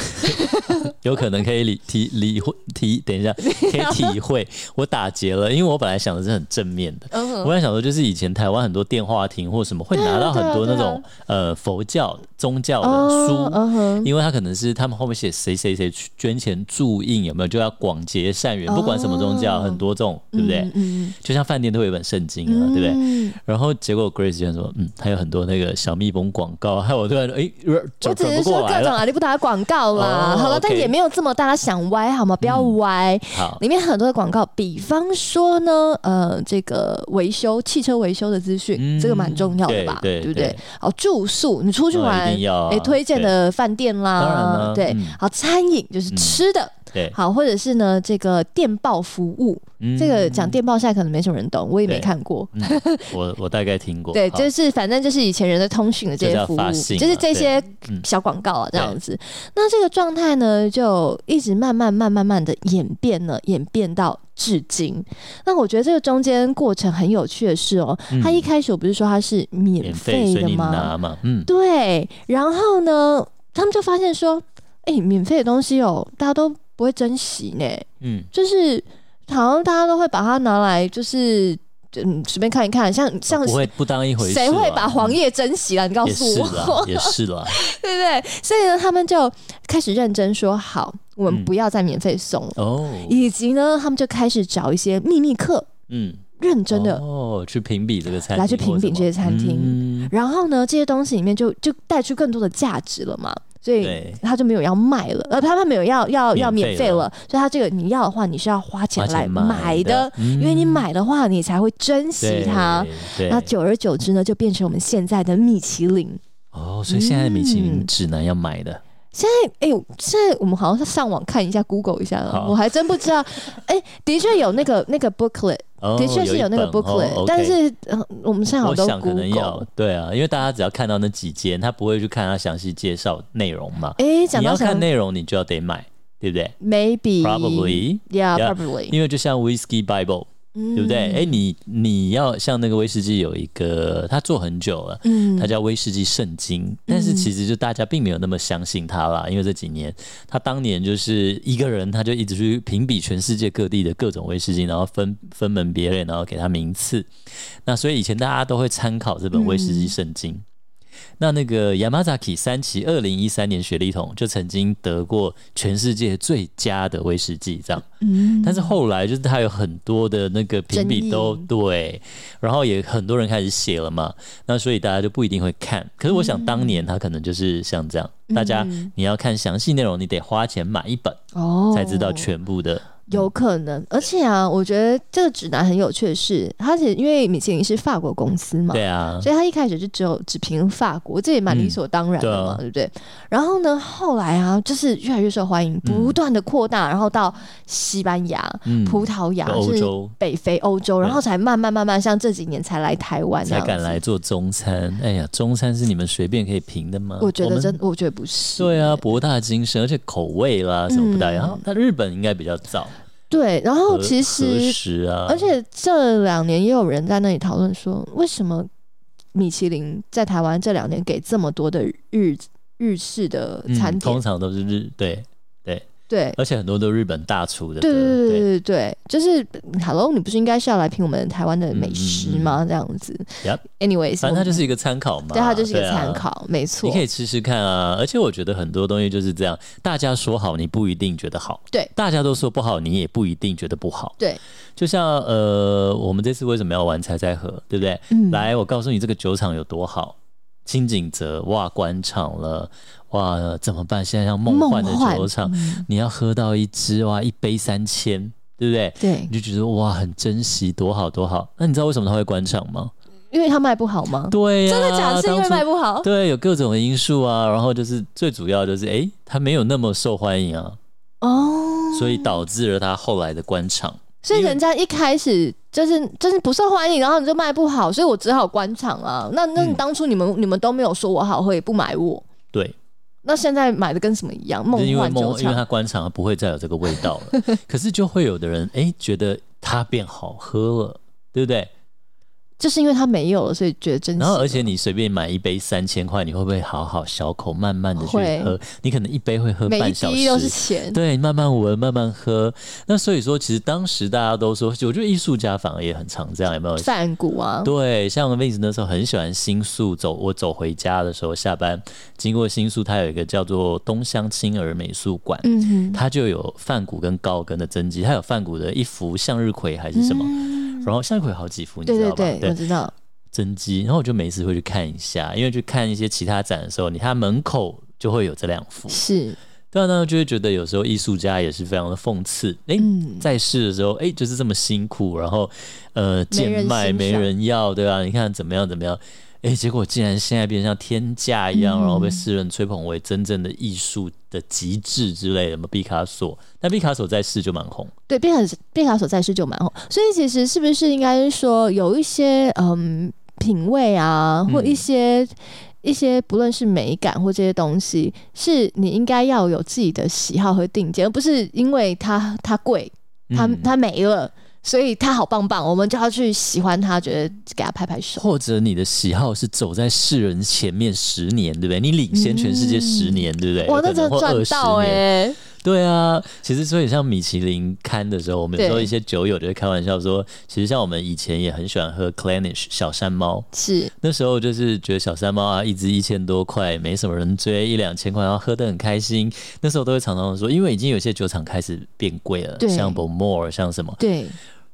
Speaker 2: 有可能可以理 体理会体，等一下可以体会。我打结了，因为我本来想的是很正面的。
Speaker 1: 嗯
Speaker 2: 我
Speaker 1: 哼，
Speaker 2: 本来想说，就是以前台湾很多电话亭或什么会
Speaker 1: 对啊
Speaker 2: 拿到很多
Speaker 1: 对啊对
Speaker 2: 那
Speaker 1: 啊
Speaker 2: 种呃佛教宗教的
Speaker 1: 哦
Speaker 2: 书，
Speaker 1: 嗯哼，
Speaker 2: 因为他可能是他们后面写谁谁谁去捐钱助印，有没有就要广结善缘，不管什么宗教，
Speaker 1: 哦
Speaker 2: 很多这种，对不对
Speaker 1: 嗯？嗯，
Speaker 2: 就像饭店都会有一本圣经啊，
Speaker 1: 嗯
Speaker 2: 对不对？
Speaker 1: 嗯
Speaker 2: 然后结果 Grace 居然说，嗯，还有很多那个小蜜蜂广告，害我突然哎，
Speaker 1: 我
Speaker 2: 转
Speaker 1: 只
Speaker 2: 转
Speaker 1: 是
Speaker 2: 不
Speaker 1: 说
Speaker 2: 过
Speaker 1: 各
Speaker 2: 来
Speaker 1: 种
Speaker 2: 了。
Speaker 1: 阿里不达的广告啦，
Speaker 2: 哦
Speaker 1: 好了，但
Speaker 2: OK 嗯
Speaker 1: 也没有这么大，家想歪好吗？不要歪，
Speaker 2: 好，
Speaker 1: 里面很多的广告，比方说呢，呃，这个维修汽车维修的资讯，
Speaker 2: 嗯
Speaker 1: 这个蛮重要的吧，
Speaker 2: 对对
Speaker 1: 不对
Speaker 2: 对？
Speaker 1: 好，住宿，你出去
Speaker 2: 哦
Speaker 1: 玩，
Speaker 2: 一定要啊
Speaker 1: 诶推荐的饭店
Speaker 2: 当然
Speaker 1: 啦
Speaker 2: 啦，
Speaker 1: 对
Speaker 2: 嗯，
Speaker 1: 好，餐饮就是吃的，
Speaker 2: 对，
Speaker 1: 好，或者是呢，这个电报服务，
Speaker 2: 嗯
Speaker 1: 这个讲电报现在可能没什么人懂，我也没
Speaker 2: 对
Speaker 1: 看过，
Speaker 2: 嗯我我大概听过，
Speaker 1: 对，
Speaker 2: 好
Speaker 1: 就是反正就是以前人的通讯的这
Speaker 2: 就是
Speaker 1: 些
Speaker 2: 要
Speaker 1: 服务，
Speaker 2: 发
Speaker 1: 就
Speaker 2: 信
Speaker 1: 是
Speaker 2: 嘛
Speaker 1: 这些
Speaker 2: 嗯
Speaker 1: 小广告啊，这样子。那这个状态呢，就一直慢慢、慢、慢慢的演变呢，演变到至今。那我觉得这个中间过程很有趣的是哦，
Speaker 2: 嗯
Speaker 1: 它一开始我不是说它是免
Speaker 2: 免费，
Speaker 1: 费
Speaker 2: 所以
Speaker 1: 的
Speaker 2: 你
Speaker 1: 吗？
Speaker 2: 拿嘛，嗯，
Speaker 1: 对，然后呢，他们就发现说，哎、免费的东西哦，大家都不会珍惜呢，
Speaker 2: 嗯，
Speaker 1: 就是好像大家都会把它拿来就是。嗯，随便看一看，像像
Speaker 2: 哦不会不当一回事啦，
Speaker 1: 谁会把黄
Speaker 2: 嗯
Speaker 1: 叶珍惜啊？你告
Speaker 2: 也
Speaker 1: 诉
Speaker 2: 是啦
Speaker 1: 我，，
Speaker 2: 也是啦，
Speaker 1: 对不对？所以呢，他们就开始认真说好，我们
Speaker 2: 嗯
Speaker 1: 不要再免费送了，
Speaker 2: 哦，
Speaker 1: 以及呢，他们就开始找一些秘密课，
Speaker 2: 嗯，
Speaker 1: 认真的。
Speaker 2: 哦，去评比这个餐厅或什么，
Speaker 1: 来去评比这些餐厅
Speaker 2: 嗯，
Speaker 1: 然后呢，这些东西里面就就带出更多的价值了嘛，所以
Speaker 2: 对
Speaker 1: 他就没有要卖了，呃，他们没有要要要
Speaker 2: 免
Speaker 1: 免
Speaker 2: 费
Speaker 1: 费
Speaker 2: 了
Speaker 1: 了，所以他这个你要的话，你是要花钱
Speaker 2: 花
Speaker 1: 来
Speaker 2: 钱
Speaker 1: 买的
Speaker 2: 的，，因
Speaker 1: 因为你买的话，你才会珍惜它。，
Speaker 2: 对，
Speaker 1: 那
Speaker 2: 对
Speaker 1: 久而久之呢，就变成我们现在的米其林。
Speaker 2: 哦，所以现在米其林
Speaker 1: 嗯
Speaker 2: 指南要买的，
Speaker 1: 哎、呦，现在我们好像上网看一下，Google 一下了，
Speaker 2: 好
Speaker 1: 我还真不知道。哎、的确有那个那个 booklet，、
Speaker 2: 哦
Speaker 1: 的确是有那个
Speaker 2: 一本
Speaker 1: booklet，、
Speaker 2: 哦，OK
Speaker 1: 但。是、呃我们现在好
Speaker 2: 我
Speaker 1: 像
Speaker 2: 想
Speaker 1: 都
Speaker 2: 可能要
Speaker 1: Google。
Speaker 2: 对啊，因为大家只要看到那几间，他不会去看他详细介绍内容嘛。
Speaker 1: 哎、讲
Speaker 2: 你
Speaker 1: 到嗯
Speaker 2: 要
Speaker 1: 什
Speaker 2: 看
Speaker 1: 么
Speaker 2: 内容，你就要得买，对不对
Speaker 1: ？Maybe
Speaker 2: ？Probably，
Speaker 1: yeah,
Speaker 2: Yeah
Speaker 1: probably，
Speaker 2: 因为就像 Whisky Bible，对
Speaker 1: 对
Speaker 2: 不对？哎、你你要像那个威士忌有一个，他做很久了，
Speaker 1: 嗯
Speaker 2: 它叫威士忌圣经，但是其实就大家并没有那么相信他啦，因为这几年他当年就是一个人，他就一直去评比全世界各地的各种威士忌，然后分分门别类，然后给他名次。那所以以前大家都会参考这本威士忌圣经。那那个 Yamazaki 三崎二零一三年雪莉桶就曾经得过全世界最佳的威士忌这样。
Speaker 1: 嗯
Speaker 2: 但是后来就是他有很多的那个评比都
Speaker 1: 争议
Speaker 2: 对，然后也很多人开始写了嘛，那所以大家就不一定会看。可是我想当年他可能就是像这样，大家
Speaker 1: 嗯
Speaker 2: 你要看详细内容，你得花钱买一本
Speaker 1: 哦
Speaker 2: 才知道全部的。
Speaker 1: 有可能，而且啊，我觉得这个指南很有趣的是，它且因为米其林是法国公司嘛，
Speaker 2: 对啊，
Speaker 1: 所以他一开始就只有只评法国，这也蛮理所当然的嘛，对
Speaker 2: 嗯
Speaker 1: 不对？然后呢，后来啊，就是越来越受欢迎，不断的扩大，然后到西班牙、
Speaker 2: 嗯，
Speaker 1: 葡萄牙、
Speaker 2: 欧
Speaker 1: 是
Speaker 2: 洲
Speaker 1: 北非、欧洲，然后才慢慢慢慢像这几年才来台湾，
Speaker 2: 才敢来。做中餐。哎呀，中餐是你们随便可以评的吗？
Speaker 1: 我觉得
Speaker 2: 们
Speaker 1: 真，我觉得不是。
Speaker 2: 对啊，博大精深，而且口味啦什么不大一样。
Speaker 1: 嗯
Speaker 2: 然后那日本应该比较早，
Speaker 1: 对，然后
Speaker 2: 和
Speaker 1: 哦其
Speaker 2: 和
Speaker 1: 实，
Speaker 2: 食啊，
Speaker 1: 而且这两年也有人在那里讨论说，为什么米其林在台湾这两年给这么多的日日式的餐点
Speaker 2: 嗯、通？常都是日对对，
Speaker 1: 对，
Speaker 2: 而且很多都日本大厨的歌，
Speaker 1: 对对对
Speaker 2: 对
Speaker 1: 对对，就是 Hello，你不是应该是要来评我们台湾的
Speaker 2: 嗯
Speaker 1: 美食吗？这样子
Speaker 2: Yep
Speaker 1: ，anyways，
Speaker 2: 反正它就是是一个参考嘛，
Speaker 1: 对它就是一个
Speaker 2: 啊
Speaker 1: 参考，没错
Speaker 2: 你可。以吃吃看啊。而且我觉得很多东西就是这样，大家说好，你不一定觉得好；
Speaker 1: 对
Speaker 2: 大家都说不好，你也不一定觉得不好。
Speaker 1: 对，
Speaker 2: 就像呃，我们这次为什么要玩猜猜盒，对不对？
Speaker 1: 嗯
Speaker 2: 来，我告诉你这个酒厂有多好。清景泽哇，关厂了哇，怎么办？现在像梦幻的酒厂，
Speaker 1: 嗯
Speaker 2: 你要喝到一支哇，一杯三千，对不对？
Speaker 1: 对，
Speaker 2: 你就觉得哇，很珍惜，多好多好。那你知道为什么它会关厂吗？
Speaker 1: 因为它卖不好吗？
Speaker 2: 对呀、
Speaker 1: 真的假的？是因
Speaker 2: 当
Speaker 1: 为
Speaker 2: 初
Speaker 1: 卖不好？
Speaker 2: 对，有各种的因素啊，然后就是最主要就是，诶，它没有那么受欢迎啊，
Speaker 1: 哦，
Speaker 2: 所以导致了它后来的关厂。
Speaker 1: 所以
Speaker 2: 因为
Speaker 1: 人家一开始就是就是不受欢迎，然后你就卖不好，所以我只好关厂啊。那那
Speaker 2: 嗯
Speaker 1: 当初你们、你们都没有说我好喝，也不买我，
Speaker 2: 对，
Speaker 1: 那现在买的跟什么一样？
Speaker 2: 就是
Speaker 1: 梦
Speaker 2: 因为
Speaker 1: 幻
Speaker 2: 梦
Speaker 1: 酒，
Speaker 2: 因为
Speaker 1: 厂
Speaker 2: 它关厂不会再有这个味道 了。可是就会有的人，诶，觉得它变好喝了，对不对？
Speaker 1: 就是因为它没有了，所以觉得珍惜。
Speaker 2: 然后而且你随便买一杯三千块，你会不会好好小口慢慢的去
Speaker 1: 会
Speaker 2: 喝？你可能一杯会喝
Speaker 1: 每一
Speaker 2: 半小
Speaker 1: 滴都是
Speaker 2: 时。
Speaker 1: 钱，
Speaker 2: 对，慢慢闻，慢慢喝。那所以说，其实当时大家都说，我觉得艺术家反而也很常这样，有没有？
Speaker 1: 散谷啊，
Speaker 2: 对，像 Vince 那时候很喜欢新宿，走我走回家的时候，下班经过新宿，它有一个叫做东乡青儿美术馆，
Speaker 1: 嗯哼，
Speaker 2: 它就有梵谷跟高跟的真迹，它有梵谷的一幅向日葵还是什么，
Speaker 1: 嗯
Speaker 2: 然后向日葵好几幅，你
Speaker 1: 对
Speaker 2: 知道
Speaker 1: 对
Speaker 2: 吧？
Speaker 1: 对，我知道，
Speaker 2: 真迹，然后我就每次会去看一下，因为去看一些其他展的时候，你它门口就会有这两幅，
Speaker 1: 是，
Speaker 2: 对啊，那就会觉得有时候艺术家也是非常的讽刺，诶，
Speaker 1: 嗯，
Speaker 2: 在世的时候，哎、就是这么辛苦，然后呃，贱卖
Speaker 1: 欣
Speaker 2: 没
Speaker 1: 赏
Speaker 2: 人要，对啊吧、你看怎么样怎么样？哎、结果竟然现在变成像天价一样，然后被
Speaker 1: 嗯
Speaker 2: 世人吹捧为真正的艺术的极致之类的嘛。毕卡索，但毕卡索在世就蛮红，
Speaker 1: 对，贝卡贝卡所在世就蛮红，所以其实是不是应该是说有一些嗯品味啊，或一
Speaker 2: 嗯
Speaker 1: 些、一些不论是美感或这些东西，是你应该要有自己的喜好和定见，而不是因为它它贵，它
Speaker 2: 嗯
Speaker 1: 它没了。所以它好棒棒，我们就要去喜欢它，觉得给它拍拍手。
Speaker 2: 或者你的喜好是走在世人前面十年，对不对？你领先全世界十年，对不对？
Speaker 1: 哇，
Speaker 2: 有
Speaker 1: 那
Speaker 2: 可能
Speaker 1: 真的
Speaker 2: 或
Speaker 1: 赚
Speaker 2: 20
Speaker 1: 到
Speaker 2: 年
Speaker 1: 哎、
Speaker 2: 对啊，其实所以像米其林刊的时候，我们有时候
Speaker 1: 对
Speaker 2: 一些酒友就会开玩笑说，其实像我们以前也很喜欢喝 Clanish 小山猫，
Speaker 1: 是
Speaker 2: 那时候就是觉得小山猫啊，一只一千多块，没什么人追，一两千块，然后喝得很开心。那时候都会常常说，因为已经有些酒厂开始变贵了，
Speaker 1: 对
Speaker 2: 像 Bowmore 像什么，
Speaker 1: 对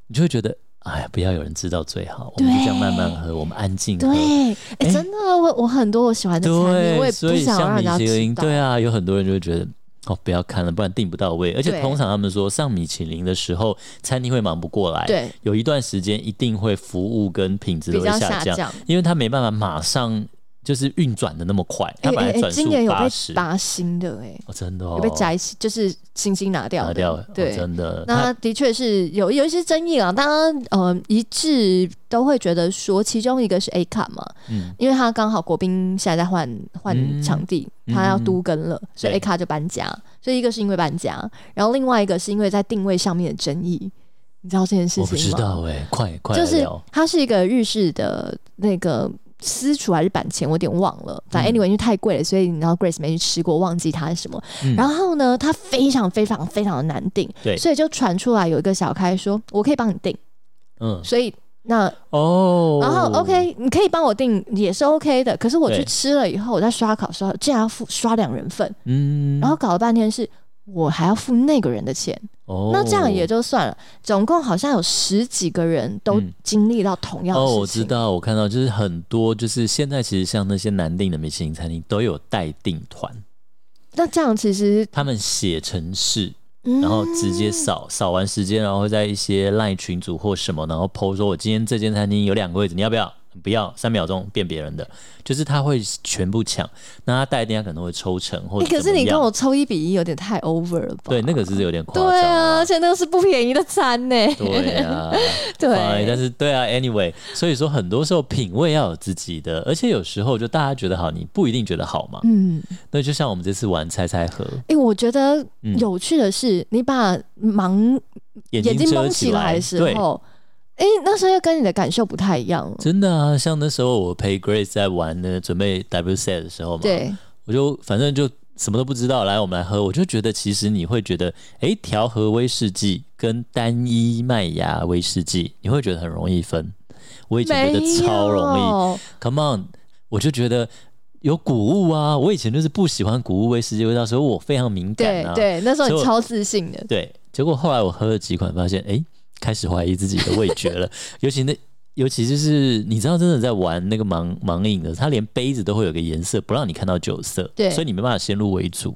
Speaker 2: 你就会觉得，哎呀，不要有人知道最好，我们就这样慢慢喝，我们安静喝。
Speaker 1: 对，哎、
Speaker 2: 哎
Speaker 1: 真的，我我很多我喜欢的餐
Speaker 2: 对，
Speaker 1: 厅，我也
Speaker 2: 所
Speaker 1: 不
Speaker 2: 以
Speaker 1: 想让
Speaker 2: 像
Speaker 1: 人
Speaker 2: 米
Speaker 1: 家
Speaker 2: 其
Speaker 1: 知
Speaker 2: 林，
Speaker 1: 道。
Speaker 2: 对啊，有很多人就会觉得。哦，不要看了，不然订不到位。而且
Speaker 1: 对
Speaker 2: 通常他们说上米其林的时候，餐厅会忙不过来，
Speaker 1: 对，
Speaker 2: 有一段时间一定会服务跟品质都
Speaker 1: 比
Speaker 2: 会
Speaker 1: 较
Speaker 2: 下
Speaker 1: 下
Speaker 2: 降，
Speaker 1: 降。
Speaker 2: 因为他没办法马上就是运转的那么快，他
Speaker 1: 哎
Speaker 2: 本
Speaker 1: 哎
Speaker 2: 来
Speaker 1: 哎
Speaker 2: 转
Speaker 1: 今
Speaker 2: 速
Speaker 1: 年有
Speaker 2: 八
Speaker 1: 被
Speaker 2: 十、
Speaker 1: 拔星的哎、
Speaker 2: 哦，真的、哦、
Speaker 1: 有被摘星，就是星星拿掉
Speaker 2: 拿
Speaker 1: 的
Speaker 2: 掉了，哦
Speaker 1: 对。
Speaker 2: 真的。
Speaker 1: 那
Speaker 2: 他
Speaker 1: 的确是有有一些争议啊，当然，呃，一致都会觉得说，其中一个是 A 卡嘛，
Speaker 2: 嗯，
Speaker 1: 因为他刚好国宾现在在换
Speaker 2: 嗯
Speaker 1: 换场地，
Speaker 2: 嗯
Speaker 1: 他要都跟了，所以
Speaker 2: 对
Speaker 1: A 卡就搬家，所以一个是因为搬家，然后另外一个是因为在定位上面的争议，你知道这件事
Speaker 2: 我
Speaker 1: 情吗？
Speaker 2: 不知道哎、快快来
Speaker 1: 就是
Speaker 2: 聊，
Speaker 1: 它是一个日式的那个私厨还是板前，我有点忘了。反正
Speaker 2: 嗯
Speaker 1: anyway 因为太贵了，所以你知道 Grace 没去吃过，忘记它是什么。
Speaker 2: 嗯
Speaker 1: 然后呢，它非常非常非常的难订，
Speaker 2: 对
Speaker 1: 所以就传出来有一个小开说，我可以帮你订，
Speaker 2: 嗯
Speaker 1: 所以那
Speaker 2: 哦，
Speaker 1: 然后 OK，你可以帮我订也是 OK 的，可是我去
Speaker 2: 对
Speaker 1: 吃了以后，我在刷卡刷，竟然要付刷两人份，
Speaker 2: 嗯，
Speaker 1: 然后搞了半天是。我还要付那个人的钱，
Speaker 2: 哦，
Speaker 1: 那这样也就算了。总共好像有十几个人都
Speaker 2: 嗯
Speaker 1: 经历到同样的事
Speaker 2: 哦，
Speaker 1: 情。
Speaker 2: 我知道，我看到就是很多，就是现在其实像那些南定的米其林餐厅都有代订团，
Speaker 1: 那这样其实，
Speaker 2: 他们写程式，
Speaker 1: 嗯
Speaker 2: 然后直接扫扫完时间，然后会在一些赖群组或什么，然后 PO 说我今天这间餐厅有两个位置，你要不要？不要，三秒钟变别人的，就是他会全部抢。那他代订，啊他可能会抽成或
Speaker 1: 欸
Speaker 2: 者、
Speaker 1: 可是你跟我啊抽一比一有点太 over 了吧？
Speaker 2: 对那个是有点夸张、
Speaker 1: 对啊，而且那个是不便宜的餐呢、
Speaker 2: 对啊，哎但
Speaker 1: 对，
Speaker 2: 是对啊，anyway，所以说很多时候品味要有自己的，而且有时候就大家觉得好，你不一定觉得好嘛。
Speaker 1: 嗯，
Speaker 2: 那就像我们这次玩猜猜盒，
Speaker 1: 哎、我觉得
Speaker 2: 嗯
Speaker 1: 有趣的是，你把盲
Speaker 2: 眼
Speaker 1: 眼睛
Speaker 2: 遮
Speaker 1: 蒙起来
Speaker 2: 来
Speaker 1: 的时候，哎、那时候又跟你的感受不太一样了
Speaker 2: 对，真的啊，像那时候我陪 Grace 在玩呢，准备 W set 的时候嘛，
Speaker 1: 对，
Speaker 2: 我就反正就什么都不知道，来我们来喝，我就觉得其实你会觉得，诶，调和威士忌跟单一麦芽威士忌，你会觉得很容易分。我以前觉得超容易
Speaker 1: 易。
Speaker 2: ，Come on，我就觉得有谷物啊，我以前就是不喜欢谷物威士忌味道，所以我非常敏
Speaker 1: 对
Speaker 2: 感啊。
Speaker 1: 对，那时候
Speaker 2: 所
Speaker 1: 你
Speaker 2: 以我
Speaker 1: 超自信的，
Speaker 2: 对，结果后来我喝了几款，发现哎、诶开始怀疑自己的味觉 了。尤其那，尤其就是你知道，真的在玩那个盲盲饮的，它连杯子都会有个颜色，不让你看到酒色，
Speaker 1: 对
Speaker 2: 所以你没办法先入为主。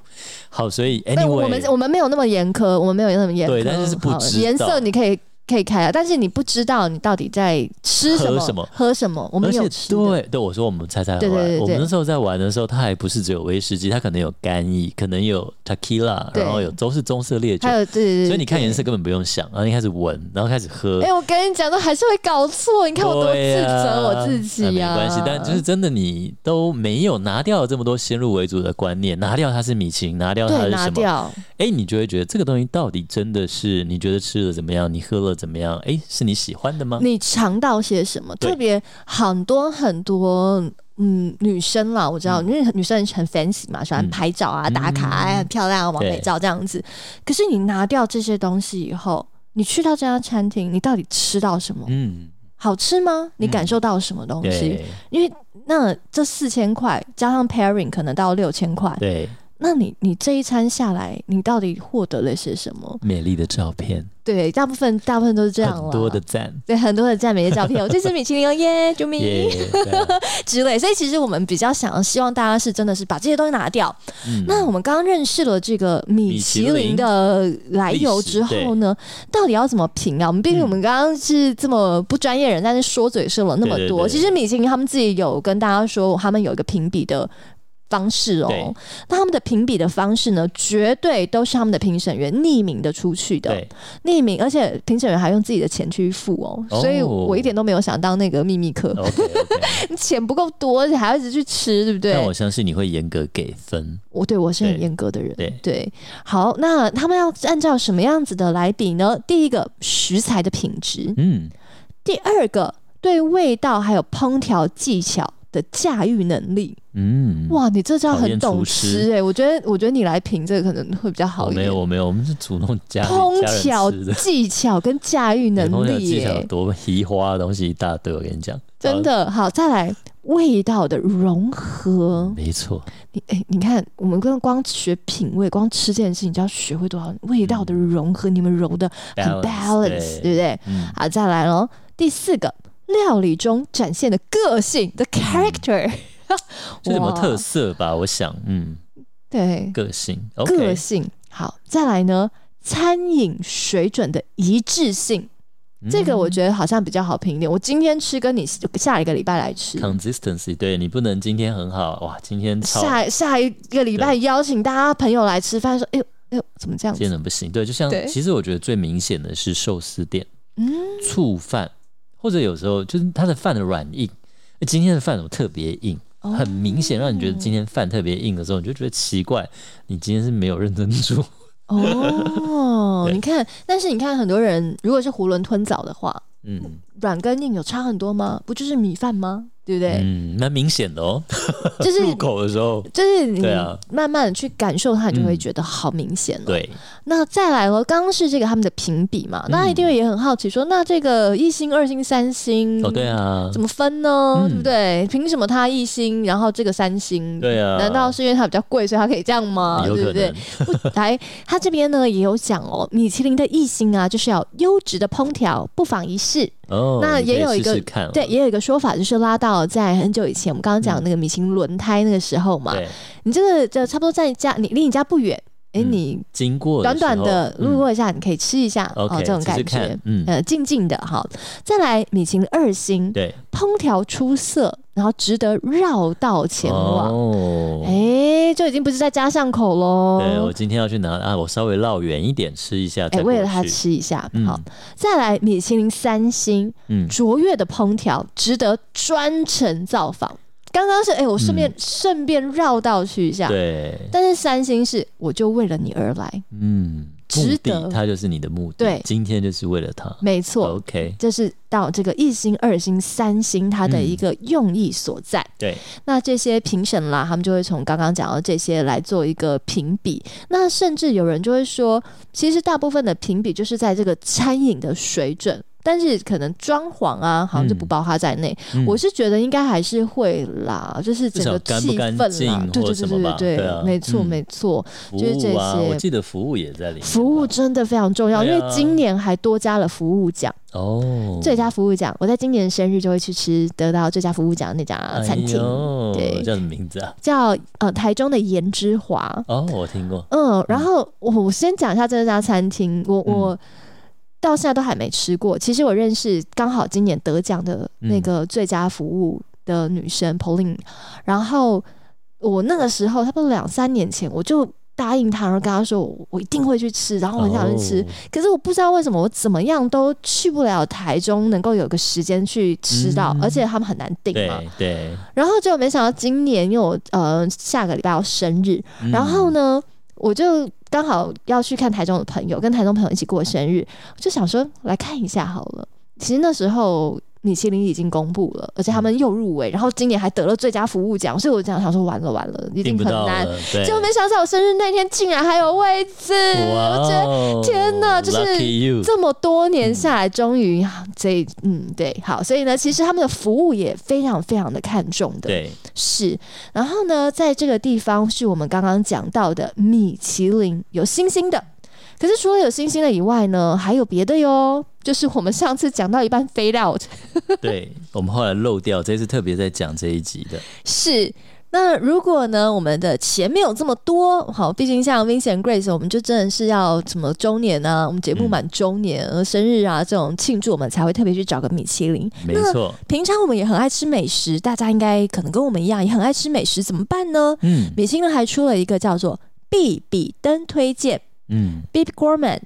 Speaker 2: 好，所以
Speaker 1: 但我们
Speaker 2: anyway，
Speaker 1: 我们没有那么严苛，我们没有那么严苛。
Speaker 2: 对但是是不
Speaker 1: 好
Speaker 2: 知道
Speaker 1: 颜色你可以可以开啊，但是你不知道你到底在吃什么、
Speaker 2: 喝什么
Speaker 1: 喝什么我
Speaker 2: 而
Speaker 1: 们有
Speaker 2: 且
Speaker 1: 吃的
Speaker 2: 对对，我说我们猜猜
Speaker 1: 对
Speaker 2: 好
Speaker 1: 对对
Speaker 2: 玩。我们
Speaker 1: 对
Speaker 2: 那时候在玩的时候，它还不是只有威士忌，它可能有干邑，可能有 tequila，
Speaker 1: 对
Speaker 2: 然后有都是棕色烈酒
Speaker 1: 还。有对对对，
Speaker 2: 所以你看
Speaker 1: 对
Speaker 2: 颜色。根本不用想，然后你开始闻，然后开始喝。
Speaker 1: 哎、我跟你讲，都还是会搞错。你看我多自
Speaker 2: 对呀
Speaker 1: 责我自己啊呀、
Speaker 2: 那没关系，但就是真的，你都没有拿掉这么多先入为主的观念，拿掉它是米其林，拿掉它
Speaker 1: 对
Speaker 2: 是
Speaker 1: 拿
Speaker 2: 什么？
Speaker 1: 掉，
Speaker 2: 哎、你就会觉得这个东西到底真的是你觉得吃了怎么样，你喝了怎么样？哎、是你喜欢的吗？
Speaker 1: 你尝到些什么？
Speaker 2: 对
Speaker 1: 特别很多很多。嗯，女生啦，我知道，因为女生很 fancy 嘛，喜欢
Speaker 2: 嗯
Speaker 1: 拍照啊、打卡啊，
Speaker 2: 嗯
Speaker 1: 很漂亮啊，完美
Speaker 2: 对
Speaker 1: 照这样子。可是你拿掉这些东西以后，你去到这家餐厅，你到底吃到什么？
Speaker 2: 嗯，
Speaker 1: 好吃吗？你感受到什么东西？嗯
Speaker 2: 对
Speaker 1: 因为那这四千块加上 pairing 可能到六千块，
Speaker 2: 对，
Speaker 1: 那你你这一餐下来，你到底获得了些什么？
Speaker 2: 美丽的照片，
Speaker 1: 对，大部分大部分都是这样
Speaker 2: 很
Speaker 1: 了。
Speaker 2: 多的赞，
Speaker 1: 对很多的赞美的照片，我这是米其林哦耶，救命
Speaker 2: 耶、对啊
Speaker 1: 之类。所以其实我们比较想要希望大家是真的是把这些东西拿掉。
Speaker 2: 嗯
Speaker 1: 那我们刚刚认识了这个米其林的来由之后呢，到底要怎么评啊？我们毕竟
Speaker 2: 嗯
Speaker 1: 我们刚刚是这么不专业人，但是说嘴说了那么
Speaker 2: 对对
Speaker 1: 多。
Speaker 2: 对
Speaker 1: 其实米其林他们自己有跟大家说，他们有一个评比的。方式哦
Speaker 2: 对，
Speaker 1: 那他们的评比的方式呢，绝对都是他们的评审员匿名的出去的，
Speaker 2: 对，
Speaker 1: 匿名，而且评审员还用自己的钱去付哦
Speaker 2: 哦
Speaker 1: 所以我一点都没有想当那个秘密客，
Speaker 2: OK OK，
Speaker 1: 钱不够多，而且还要一直去吃，对不对？
Speaker 2: 但我相信你会严格给分，
Speaker 1: 我对我是很
Speaker 2: 对
Speaker 1: 严格的人。
Speaker 2: 对
Speaker 1: 好，那他们要按照什么样子的来比呢？第一个食材的品质，
Speaker 2: 嗯，
Speaker 1: 第二个对味道还有烹调技巧。的驾驭能力，
Speaker 2: 嗯，
Speaker 1: 哇，你这叫
Speaker 2: 讨
Speaker 1: 很
Speaker 2: 厌
Speaker 1: 懂
Speaker 2: 厨师
Speaker 1: 吃哎、我觉得，我觉得你来评这个可能会比较
Speaker 2: 我
Speaker 1: 好一
Speaker 2: 没
Speaker 1: 点
Speaker 2: 有。我没有，我们是主动加
Speaker 1: 烹调
Speaker 2: 吃的。
Speaker 1: 技巧跟驾驭
Speaker 2: 能
Speaker 1: 能力
Speaker 2: 技
Speaker 1: 耶、
Speaker 2: 巧多移花的东西一大堆，我跟你讲，
Speaker 1: 真的好。再来，味道的融合嗯
Speaker 2: 好，，没错，
Speaker 1: 你哎、你看，我们跟光学品味，光吃这件事情就要学会多少味道的融合，你们融的很 balance，
Speaker 2: 嗯 balance，对
Speaker 1: 对不对？
Speaker 2: 嗯，
Speaker 1: 好，再来喽，第四个，料理中展现的个性的 character，
Speaker 2: 就嗯什么
Speaker 1: 哇
Speaker 2: 特色吧，我想，嗯，
Speaker 1: 对，
Speaker 2: 个性
Speaker 1: 个
Speaker 2: ，OK，
Speaker 1: 性。好，再来呢，餐饮水准的一致性，
Speaker 2: 嗯
Speaker 1: 这个我觉得好像比较好评一点。我今天吃，跟你下一个礼拜来吃
Speaker 2: 得。consistency，对你不能今天很好，哇，今天超
Speaker 1: 下下一个礼拜邀请大家朋友来吃饭，说，哎呦哎呦，怎么这样
Speaker 2: 见
Speaker 1: 子？
Speaker 2: 人不行，对，就像
Speaker 1: 对
Speaker 2: 其实我觉得最明显的是寿司店
Speaker 1: 嗯，
Speaker 2: 醋饭，或者有时候就是它的饭的软硬，诶今天的饭怎么特别硬？
Speaker 1: 哦
Speaker 2: 很明显，让你觉得今天饭特别硬的时候，你就觉得奇怪，你今天是没有认真煮。
Speaker 1: 哦，
Speaker 2: 对
Speaker 1: 你看，但是你看，很多人如果是囫囵吞枣的话，
Speaker 2: 嗯
Speaker 1: 软跟硬有差很多吗？不就是米饭吗？对不对？
Speaker 2: 嗯，蛮明显的哦。
Speaker 1: 就是
Speaker 2: 入口的时候，
Speaker 1: 就是你
Speaker 2: 对啊嗯
Speaker 1: 慢慢的去感受它，你就会觉得好明显了、
Speaker 2: 对，嗯
Speaker 1: 那再来了，刚刚是这个他们的评比嘛，那一定会也很好奇说，那这个一星、二星、三星，
Speaker 2: 哦，对啊
Speaker 1: 嗯怎，么分呢？
Speaker 2: 嗯
Speaker 1: 对不对？凭什么它一星，然后这个三星？
Speaker 2: 对啊，
Speaker 1: 难道是因为它比较贵，所以它可以这样吗？
Speaker 2: 有
Speaker 1: 对
Speaker 2: 可
Speaker 1: 不啊 对
Speaker 2: 能？？
Speaker 1: 来，他这边呢也有讲哦，米其林的一星啊，就是要优质的烹调，不妨一试。
Speaker 2: 哦，
Speaker 1: 那
Speaker 2: 你可
Speaker 1: 也
Speaker 2: 以
Speaker 1: 有一
Speaker 2: 试
Speaker 1: 个
Speaker 2: 试看啊
Speaker 1: 对，也有一个说法，就是拉到在很久以前，我们刚刚讲那个米其林轮胎那个时候嘛，
Speaker 2: 对，
Speaker 1: 你这个就差不多在家，你离你家不远，诶，
Speaker 2: 嗯
Speaker 1: 你
Speaker 2: 经过
Speaker 1: 短短的
Speaker 2: 时候
Speaker 1: 路过一下，你可以吃一下哦，
Speaker 2: 嗯，OK，
Speaker 1: 这种
Speaker 2: 试
Speaker 1: 感
Speaker 2: 试
Speaker 1: 觉，
Speaker 2: 看嗯，
Speaker 1: 呃，静静的哈。再来，米其林二星，
Speaker 2: 对，
Speaker 1: 烹调出色，然后值得绕道前往。
Speaker 2: 哦
Speaker 1: 哎诶，就已经不是在家巷口喽。
Speaker 2: 对我今天要去拿啊，我稍微绕远一点吃一下，
Speaker 1: 哎、
Speaker 2: 再
Speaker 1: 为
Speaker 2: 过
Speaker 1: 了它
Speaker 2: 去，
Speaker 1: 吃一下，
Speaker 2: 嗯
Speaker 1: 好，再来米其林三星，
Speaker 2: 嗯，
Speaker 1: 卓越的烹调，值得专程造访。刚刚是哎、我顺便顺、便绕道去一下，
Speaker 2: 嗯对，
Speaker 1: 但是三星是我就为了你而来，
Speaker 2: 嗯，
Speaker 1: 值
Speaker 2: 目
Speaker 1: 得
Speaker 2: 的，它就是你的目的。
Speaker 1: 对
Speaker 2: 今天就是为了它。
Speaker 1: 没错。
Speaker 2: OK，
Speaker 1: 这是到这个一星、二星、三星它的一个用意所在。
Speaker 2: 嗯对，
Speaker 1: 那这些评审啦，他们就会从刚刚讲到这些来做一个评比。那甚至有人就会说，其实大部分的评比就是在这个餐饮的水准。但是可能装潢啊，好像就不包括在内。
Speaker 2: 嗯
Speaker 1: 我是觉得应该还是会啦，就是整个
Speaker 2: 至少干不
Speaker 1: 气
Speaker 2: 干
Speaker 1: 氛
Speaker 2: 净
Speaker 1: 啦，对
Speaker 2: 或
Speaker 1: 对
Speaker 2: 什
Speaker 1: 对
Speaker 2: 么吧
Speaker 1: 对对，
Speaker 2: 对啊
Speaker 1: 没错
Speaker 2: 嗯
Speaker 1: 没错。
Speaker 2: 服
Speaker 1: 就是这
Speaker 2: 务啊，
Speaker 1: 些
Speaker 2: 我记得服务也在里面吧。
Speaker 1: 服务真的非常重要，因
Speaker 2: 对啊
Speaker 1: 为今年还多加了服务奖。
Speaker 2: 哦，
Speaker 1: 最佳服务奖，我在今年生日就会去吃得到最佳服务奖的那家餐厅，
Speaker 2: 哎呦
Speaker 1: 对
Speaker 2: 叫什么名字啊？
Speaker 1: 叫呃台中的颜之华。
Speaker 2: 哦，我听过。
Speaker 1: 嗯，然后我我先讲一下这家餐厅，我
Speaker 2: 嗯
Speaker 1: 我到现在都还没吃过。其实我认识刚好今年得奖的
Speaker 2: 嗯
Speaker 1: 那个最佳服务的女生 Pauline，然后我那个时候差不多两三年前我就。答应她，然后跟她说我我一定会去吃，然后我很想去吃，
Speaker 2: 哦
Speaker 1: 可是我不知道为什么我怎么样都去不了台中，能够有个时间去吃到，
Speaker 2: 嗯
Speaker 1: 而且他们很难订嘛。
Speaker 2: 对对，
Speaker 1: 然后就没想到今年，因为我呃下个礼拜要生日，
Speaker 2: 嗯
Speaker 1: 然后呢，我就刚好要去看台中的朋友，跟台中朋友一起过生日，我就想说来看一下好了。其实那时候米其林已经公布了，而且他们又入围，然后今年还得了最佳服务奖，所以我想想说完了完了，一定
Speaker 2: 订不
Speaker 1: 很
Speaker 2: 到
Speaker 1: 难。
Speaker 2: 了，对，
Speaker 1: 结果没想到我生日那天竟然还有位置，我觉得
Speaker 2: 哇，哦
Speaker 1: 天哪就是
Speaker 2: Lucky you，
Speaker 1: 这么多年下来，终于啊这嗯对好，所以呢，其实他们的服务也非常非常的看重的，
Speaker 2: 对，
Speaker 1: 是。然后呢，在这个地方是我们刚刚讲到的米其林有星星的，可是除了有星星的以外呢，还有别的哟，就是我们上次讲到一半飞 out
Speaker 2: 对，我们后来漏掉，这次特别在讲这一集的，
Speaker 1: 是。那如果呢，我们的钱没有这么多，好，毕竟像 Vincent Grace，我们就真的是要什么周年啊，我们节目
Speaker 2: 嗯
Speaker 1: 满周年、呃生日啊这种庆祝，我们才会特别去找个米其林。
Speaker 2: 没
Speaker 1: 那
Speaker 2: 错，
Speaker 1: 平常我们也很爱吃美食，大家应该可能跟我们一样也很爱吃美食，怎么办呢？
Speaker 2: 嗯
Speaker 1: 米其林还出了一个叫做必比登推荐
Speaker 2: 嗯，
Speaker 1: （Bib Gourmand）。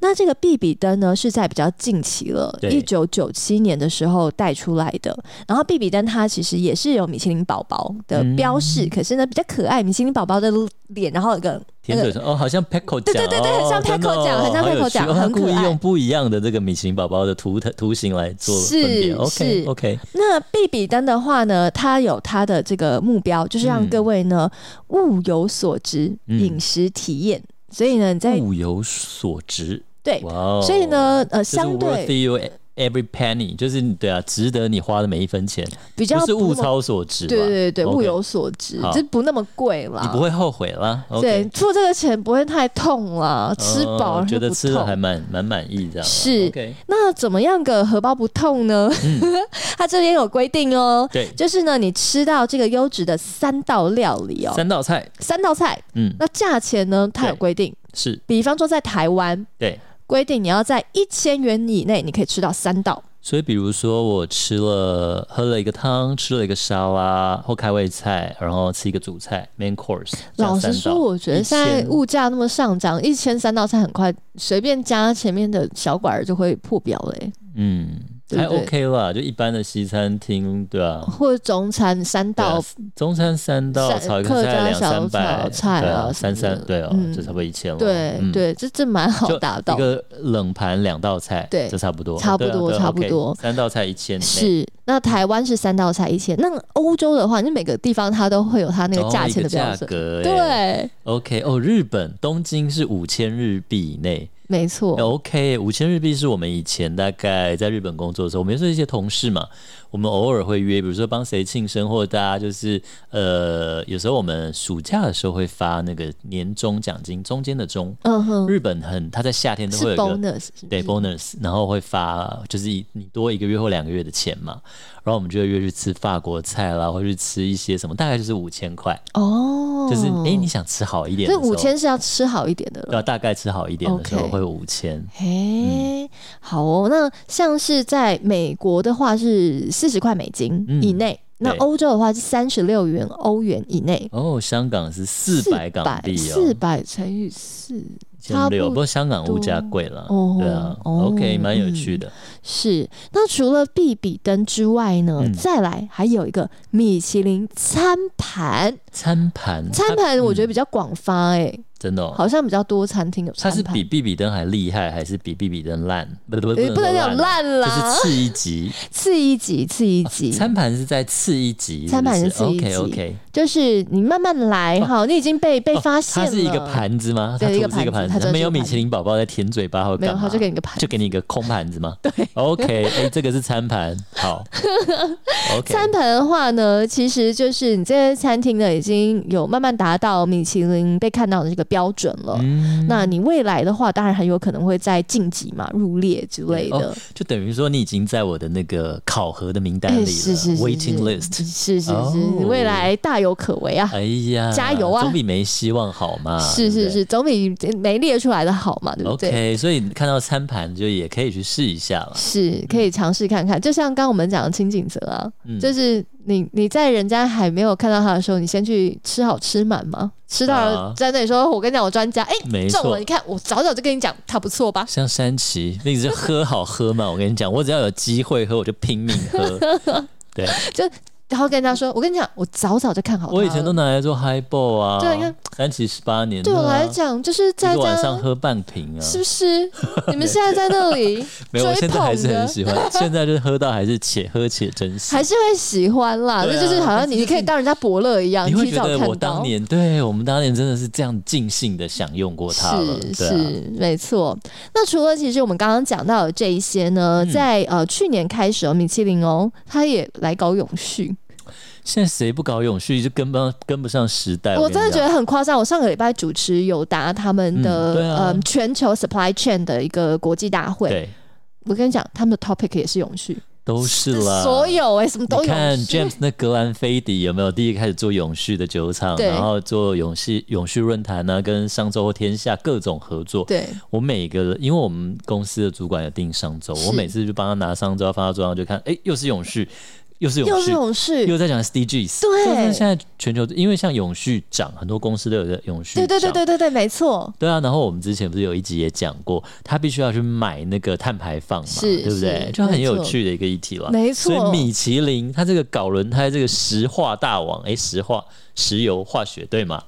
Speaker 1: 那这个必比登呢，是在比较近期了，
Speaker 2: 对
Speaker 1: 一九九七年的时候带出来的。然后必比登它其实也是有米其林宝宝的
Speaker 2: 嗯
Speaker 1: 标示，可是呢比较可爱，米其林宝宝的脸，然后有个
Speaker 2: 甜嘴唇哦，好像 Paco
Speaker 1: 对对
Speaker 2: 酱，
Speaker 1: 对对很像
Speaker 2: 哦真的
Speaker 1: Paco
Speaker 2: 哦
Speaker 1: 酱很像
Speaker 2: 好有
Speaker 1: Paco
Speaker 2: 趣
Speaker 1: 酱
Speaker 2: 哦他
Speaker 1: 很可
Speaker 2: 故意
Speaker 1: 爱
Speaker 2: 用不一样的这个米其林宝宝的图腾图形来做
Speaker 1: 是
Speaker 2: 分别
Speaker 1: 是
Speaker 2: ，OK OK，
Speaker 1: 那必比登的话呢，它有它的这个目标，就是让
Speaker 2: 嗯
Speaker 1: 各位呢物有所值，
Speaker 2: 嗯
Speaker 1: 饮食体验。所以呢，你在
Speaker 2: 物有所值，
Speaker 1: 对，
Speaker 2: 哇哦，
Speaker 1: 所以呢，呃，
Speaker 2: 就是
Speaker 1: 相对
Speaker 2: worth you every penny，就是你对啊，值得你花的每一分钱，
Speaker 1: 比较
Speaker 2: 不是
Speaker 1: 不
Speaker 2: 物
Speaker 1: 那么
Speaker 2: 超所值嘛，
Speaker 1: 对对对，
Speaker 2: OK
Speaker 1: 物有所值，
Speaker 2: 好
Speaker 1: 就不那么贵啦。
Speaker 2: 你不会后悔啦
Speaker 1: 对
Speaker 2: ，OK，
Speaker 1: 付这个钱不会太痛啦，吃饱、
Speaker 2: 哦
Speaker 1: 然后
Speaker 2: 觉得
Speaker 1: 不
Speaker 2: 吃的还
Speaker 1: 痛。
Speaker 2: 蛮蛮满意这样啊，
Speaker 1: 是
Speaker 2: OK，
Speaker 1: 那怎么样个荷包不痛呢？
Speaker 2: 嗯
Speaker 1: 它这边有规定哦，
Speaker 2: 对，
Speaker 1: 就是呢，你吃到这个优质的三道料理哦，
Speaker 2: 三道菜，
Speaker 1: 三道菜，
Speaker 2: 嗯，
Speaker 1: 那价钱呢，它有
Speaker 2: 对
Speaker 1: 规定，
Speaker 2: 是
Speaker 1: 比方说在台湾
Speaker 2: 对。
Speaker 1: 规定你要在一千元以内，你可以吃到三道。
Speaker 2: 所以，比如说我吃了喝了一个汤，吃了一个沙拉或开胃菜，然后吃一个主菜 main course 这样
Speaker 1: 老
Speaker 2: 三道。
Speaker 1: 实说，我觉得现在
Speaker 2: 1000
Speaker 1: 物价那么上涨，一千三道菜很快随便加前面的小馆儿就会破表嘞、
Speaker 2: 嗯
Speaker 1: 对
Speaker 2: 还
Speaker 1: 不对
Speaker 2: OK 啦，就一般的西餐厅对啊 吧、
Speaker 1: 或者中餐三
Speaker 2: 对啊
Speaker 1: 道，
Speaker 2: 中餐三道，
Speaker 1: 三
Speaker 2: 炒一个
Speaker 1: 客
Speaker 2: 菜
Speaker 1: 家
Speaker 2: 两
Speaker 1: 小
Speaker 2: 三百，
Speaker 1: 炒菜
Speaker 2: 对
Speaker 1: 啊
Speaker 2: 啊，
Speaker 1: 什么
Speaker 2: 三
Speaker 1: 的
Speaker 2: 三对哦，
Speaker 1: 嗯
Speaker 2: 就差不多一千了。
Speaker 1: 对
Speaker 2: 嗯，
Speaker 1: 对，这这蛮好
Speaker 2: 就
Speaker 1: 达到
Speaker 2: 一，个冷盘两道菜，
Speaker 1: 对
Speaker 2: 就差不多，
Speaker 1: 差不多
Speaker 2: 对啊对啊
Speaker 1: 差不
Speaker 2: OK，
Speaker 1: 多
Speaker 2: 三道菜一千内，
Speaker 1: 是。那台湾是三道菜一千，那欧洲的话，你每个地方它都会有它那个
Speaker 2: 哦
Speaker 1: 价
Speaker 2: 一
Speaker 1: 钱的标
Speaker 2: 价
Speaker 1: 准，
Speaker 2: 格欸
Speaker 1: 对，
Speaker 2: ，OK 哦，日本东京是五千日币以内，
Speaker 1: 没错，
Speaker 2: OK，五千日币是我们以前大概在日本工作的时候，我们也是一些同事嘛，我们偶尔会约，比如说帮谁庆生，或者大家就是呃，有时候我们暑假的时候会发那个年终奖金，中间的中，
Speaker 1: 嗯哼，
Speaker 2: 日本很，他在夏天都
Speaker 1: 是
Speaker 2: 会有一个
Speaker 1: bonus，是不
Speaker 2: 对
Speaker 1: 是
Speaker 2: bonus，然后会发就是一你多一个月或两个月的钱嘛，然后我们就会约去吃法国菜啦，或去吃一些什么，大概就是五千块，
Speaker 1: 哦，
Speaker 2: 就是哎、诶你想吃好一点的
Speaker 1: 这
Speaker 2: 时候，
Speaker 1: 五千是要吃好一点的
Speaker 2: 对
Speaker 1: 了。
Speaker 2: 啊，大概吃好一点的时候
Speaker 1: OK
Speaker 2: 会五千。
Speaker 1: 嘿，好哦。那像是在美国的话是四十块美金以
Speaker 2: 嗯
Speaker 1: 内，那
Speaker 2: 对
Speaker 1: 欧洲的话是三十六元欧元以内。
Speaker 2: 哦，香港是四百港币哦，
Speaker 1: 四百乘以四，
Speaker 2: 千六，
Speaker 1: 差
Speaker 2: 不
Speaker 1: 不
Speaker 2: 过香港物价贵了，
Speaker 1: 哦
Speaker 2: 对啊、
Speaker 1: 哦
Speaker 2: o k 蛮有趣的。
Speaker 1: 是，那除了必比登之外呢，
Speaker 2: 嗯
Speaker 1: 再来还有一个米其林餐盘。
Speaker 2: 哦餐盘，
Speaker 1: 餐盘我觉得
Speaker 2: 嗯
Speaker 1: 比较广发、欸，哎、
Speaker 2: 真的、哦，
Speaker 1: 好像比较多餐厅有
Speaker 2: 它
Speaker 1: 餐
Speaker 2: 是
Speaker 1: 盘。呃
Speaker 2: 比比比登还厉害，还是比比比登烂？不不不，
Speaker 1: 也不能
Speaker 2: 说
Speaker 1: 讲
Speaker 2: 啊，
Speaker 1: 烂啦，
Speaker 2: 就是次一级。
Speaker 1: 次一级，次 一级，
Speaker 2: 餐盘是在次一级，
Speaker 1: 餐盘是次一级
Speaker 2: OK OK，
Speaker 1: 就是你慢慢来哈、你已经被被发现
Speaker 2: 哦
Speaker 1: 了。
Speaker 2: 它是一个，盘子吗？它
Speaker 1: 对
Speaker 2: 图
Speaker 1: 一个
Speaker 2: 是一个
Speaker 1: 盘
Speaker 2: 盘
Speaker 1: 子它
Speaker 2: 子，
Speaker 1: 就是
Speaker 2: 没有
Speaker 1: 一个
Speaker 2: 米
Speaker 1: 盘
Speaker 2: 其林宝宝在舔嘴巴或
Speaker 1: 没有，
Speaker 2: 干嘛？
Speaker 1: 他就给你个盘。
Speaker 2: 就给你一个空盘子 吗？对，OK，哎、这个是餐盘，好，OK，
Speaker 1: 餐盘的话呢，其实就是你这些餐厅呢已经有慢慢达到米其林被看到的这个标准了。
Speaker 2: 嗯
Speaker 1: 那你未来的话，当然很有可能会在晋级嘛、入列之类的。
Speaker 2: 哦就等于说你已经在我的那个考核的名单里了、
Speaker 1: 哎是是是
Speaker 2: w a i t i n g
Speaker 1: 是
Speaker 2: list。
Speaker 1: 是是
Speaker 2: 哦
Speaker 1: 是，你未来大有可为啊！
Speaker 2: 哎呀，
Speaker 1: 加油啊
Speaker 2: 总比没希望好嘛。
Speaker 1: 是是是，总比没列出来的好嘛，对
Speaker 2: 对不
Speaker 1: 不对？
Speaker 2: 对啊，OK，所以你看到餐盘就也可以去试一下了。
Speaker 1: 是可以尝试看看，就像刚刚我们讲的清景泽啊，
Speaker 2: 嗯，
Speaker 1: 就是你你在人家还没有看到他的时候，你先去吃好吃满嘛，吃到
Speaker 2: 啊
Speaker 1: 了在那里说，我跟你讲，我专家，哎、
Speaker 2: 没
Speaker 1: 中
Speaker 2: 错
Speaker 1: 了！你。看，我早早就跟你讲，它不错吧？
Speaker 2: 像山崎，那个就喝好喝嘛。我跟你讲，我只要有机会喝，我就拼命 喝。对，
Speaker 1: 然后跟他说，我跟你讲，我早早就看好它了。
Speaker 2: 我以前都拿来做 highball 啊。
Speaker 1: 对你看，
Speaker 2: 山崎十八年、啊，
Speaker 1: 对我来讲，就是
Speaker 2: 一
Speaker 1: 在
Speaker 2: 个晚上
Speaker 1: 家，
Speaker 2: 喝半瓶啊。
Speaker 1: 是不是？ 你们现在在那里
Speaker 2: 没有，我现
Speaker 1: 追
Speaker 2: 在还 是
Speaker 1: 捧
Speaker 2: 很
Speaker 1: 的
Speaker 2: 喜欢。现在就是喝到还是且喝且珍惜。
Speaker 1: 还是会喜欢啦，
Speaker 2: 对
Speaker 1: 那
Speaker 2: 啊
Speaker 1: 就是好像你你可以当人家伯乐一样，
Speaker 2: 你会
Speaker 1: 提
Speaker 2: 觉
Speaker 1: 早
Speaker 2: 得
Speaker 1: 看
Speaker 2: 我当
Speaker 1: 到。
Speaker 2: 年对我们当年真的是这样尽兴的享用过它了，
Speaker 1: 是
Speaker 2: 对啊，
Speaker 1: 是没错。那除了其实我们刚刚讲到的这一些呢，
Speaker 2: 嗯
Speaker 1: 在呃去年开始哦，米其林哦，它也来搞永续，
Speaker 2: 现在谁不搞永续就跟不上跟不上时代。
Speaker 1: 我
Speaker 2: 哎跟
Speaker 1: 真
Speaker 2: 你
Speaker 1: 的觉
Speaker 2: 讲
Speaker 1: 得很夸张。我上个礼拜主持友达他们
Speaker 2: 嗯
Speaker 1: 的
Speaker 2: 对啊
Speaker 1: 呃全球 supply chain 的一个国际大会，
Speaker 2: 对，
Speaker 1: 我跟你讲，他们的 topic 也是永续，
Speaker 2: 都是啦。
Speaker 1: 所有哎、什么都
Speaker 2: 你
Speaker 1: 永
Speaker 2: 看
Speaker 1: 续。
Speaker 2: James 那格兰菲迪有没有第一个开始做永续的酒厂，
Speaker 1: 对
Speaker 2: 然后做永续永续论坛呢、跟商周或天下各种合作。
Speaker 1: 对，
Speaker 2: 我每个因为我们公司的主管有定商周，
Speaker 1: 是
Speaker 2: 我每次就帮他拿商周放到桌上就看，哎、又是永续，又是永
Speaker 1: 又
Speaker 2: 续
Speaker 1: 是，永续，
Speaker 2: 又在讲 SDGs，
Speaker 1: 对
Speaker 2: 就是现在全球因为像永续长，很多公司都有在永续
Speaker 1: 对
Speaker 2: 长，
Speaker 1: 对对对对对，没错。
Speaker 2: 对啊。然后我们之前不是有一集也讲过，他必须要去买那个碳排放嘛，
Speaker 1: 是
Speaker 2: 对不对
Speaker 1: 是？
Speaker 2: 就很
Speaker 1: 没错
Speaker 2: 有趣的一个议题了，
Speaker 1: 没
Speaker 2: 所以
Speaker 1: 错
Speaker 2: 米其林它这个搞轮胎这个石化大王，哎，石化石油化学对吗？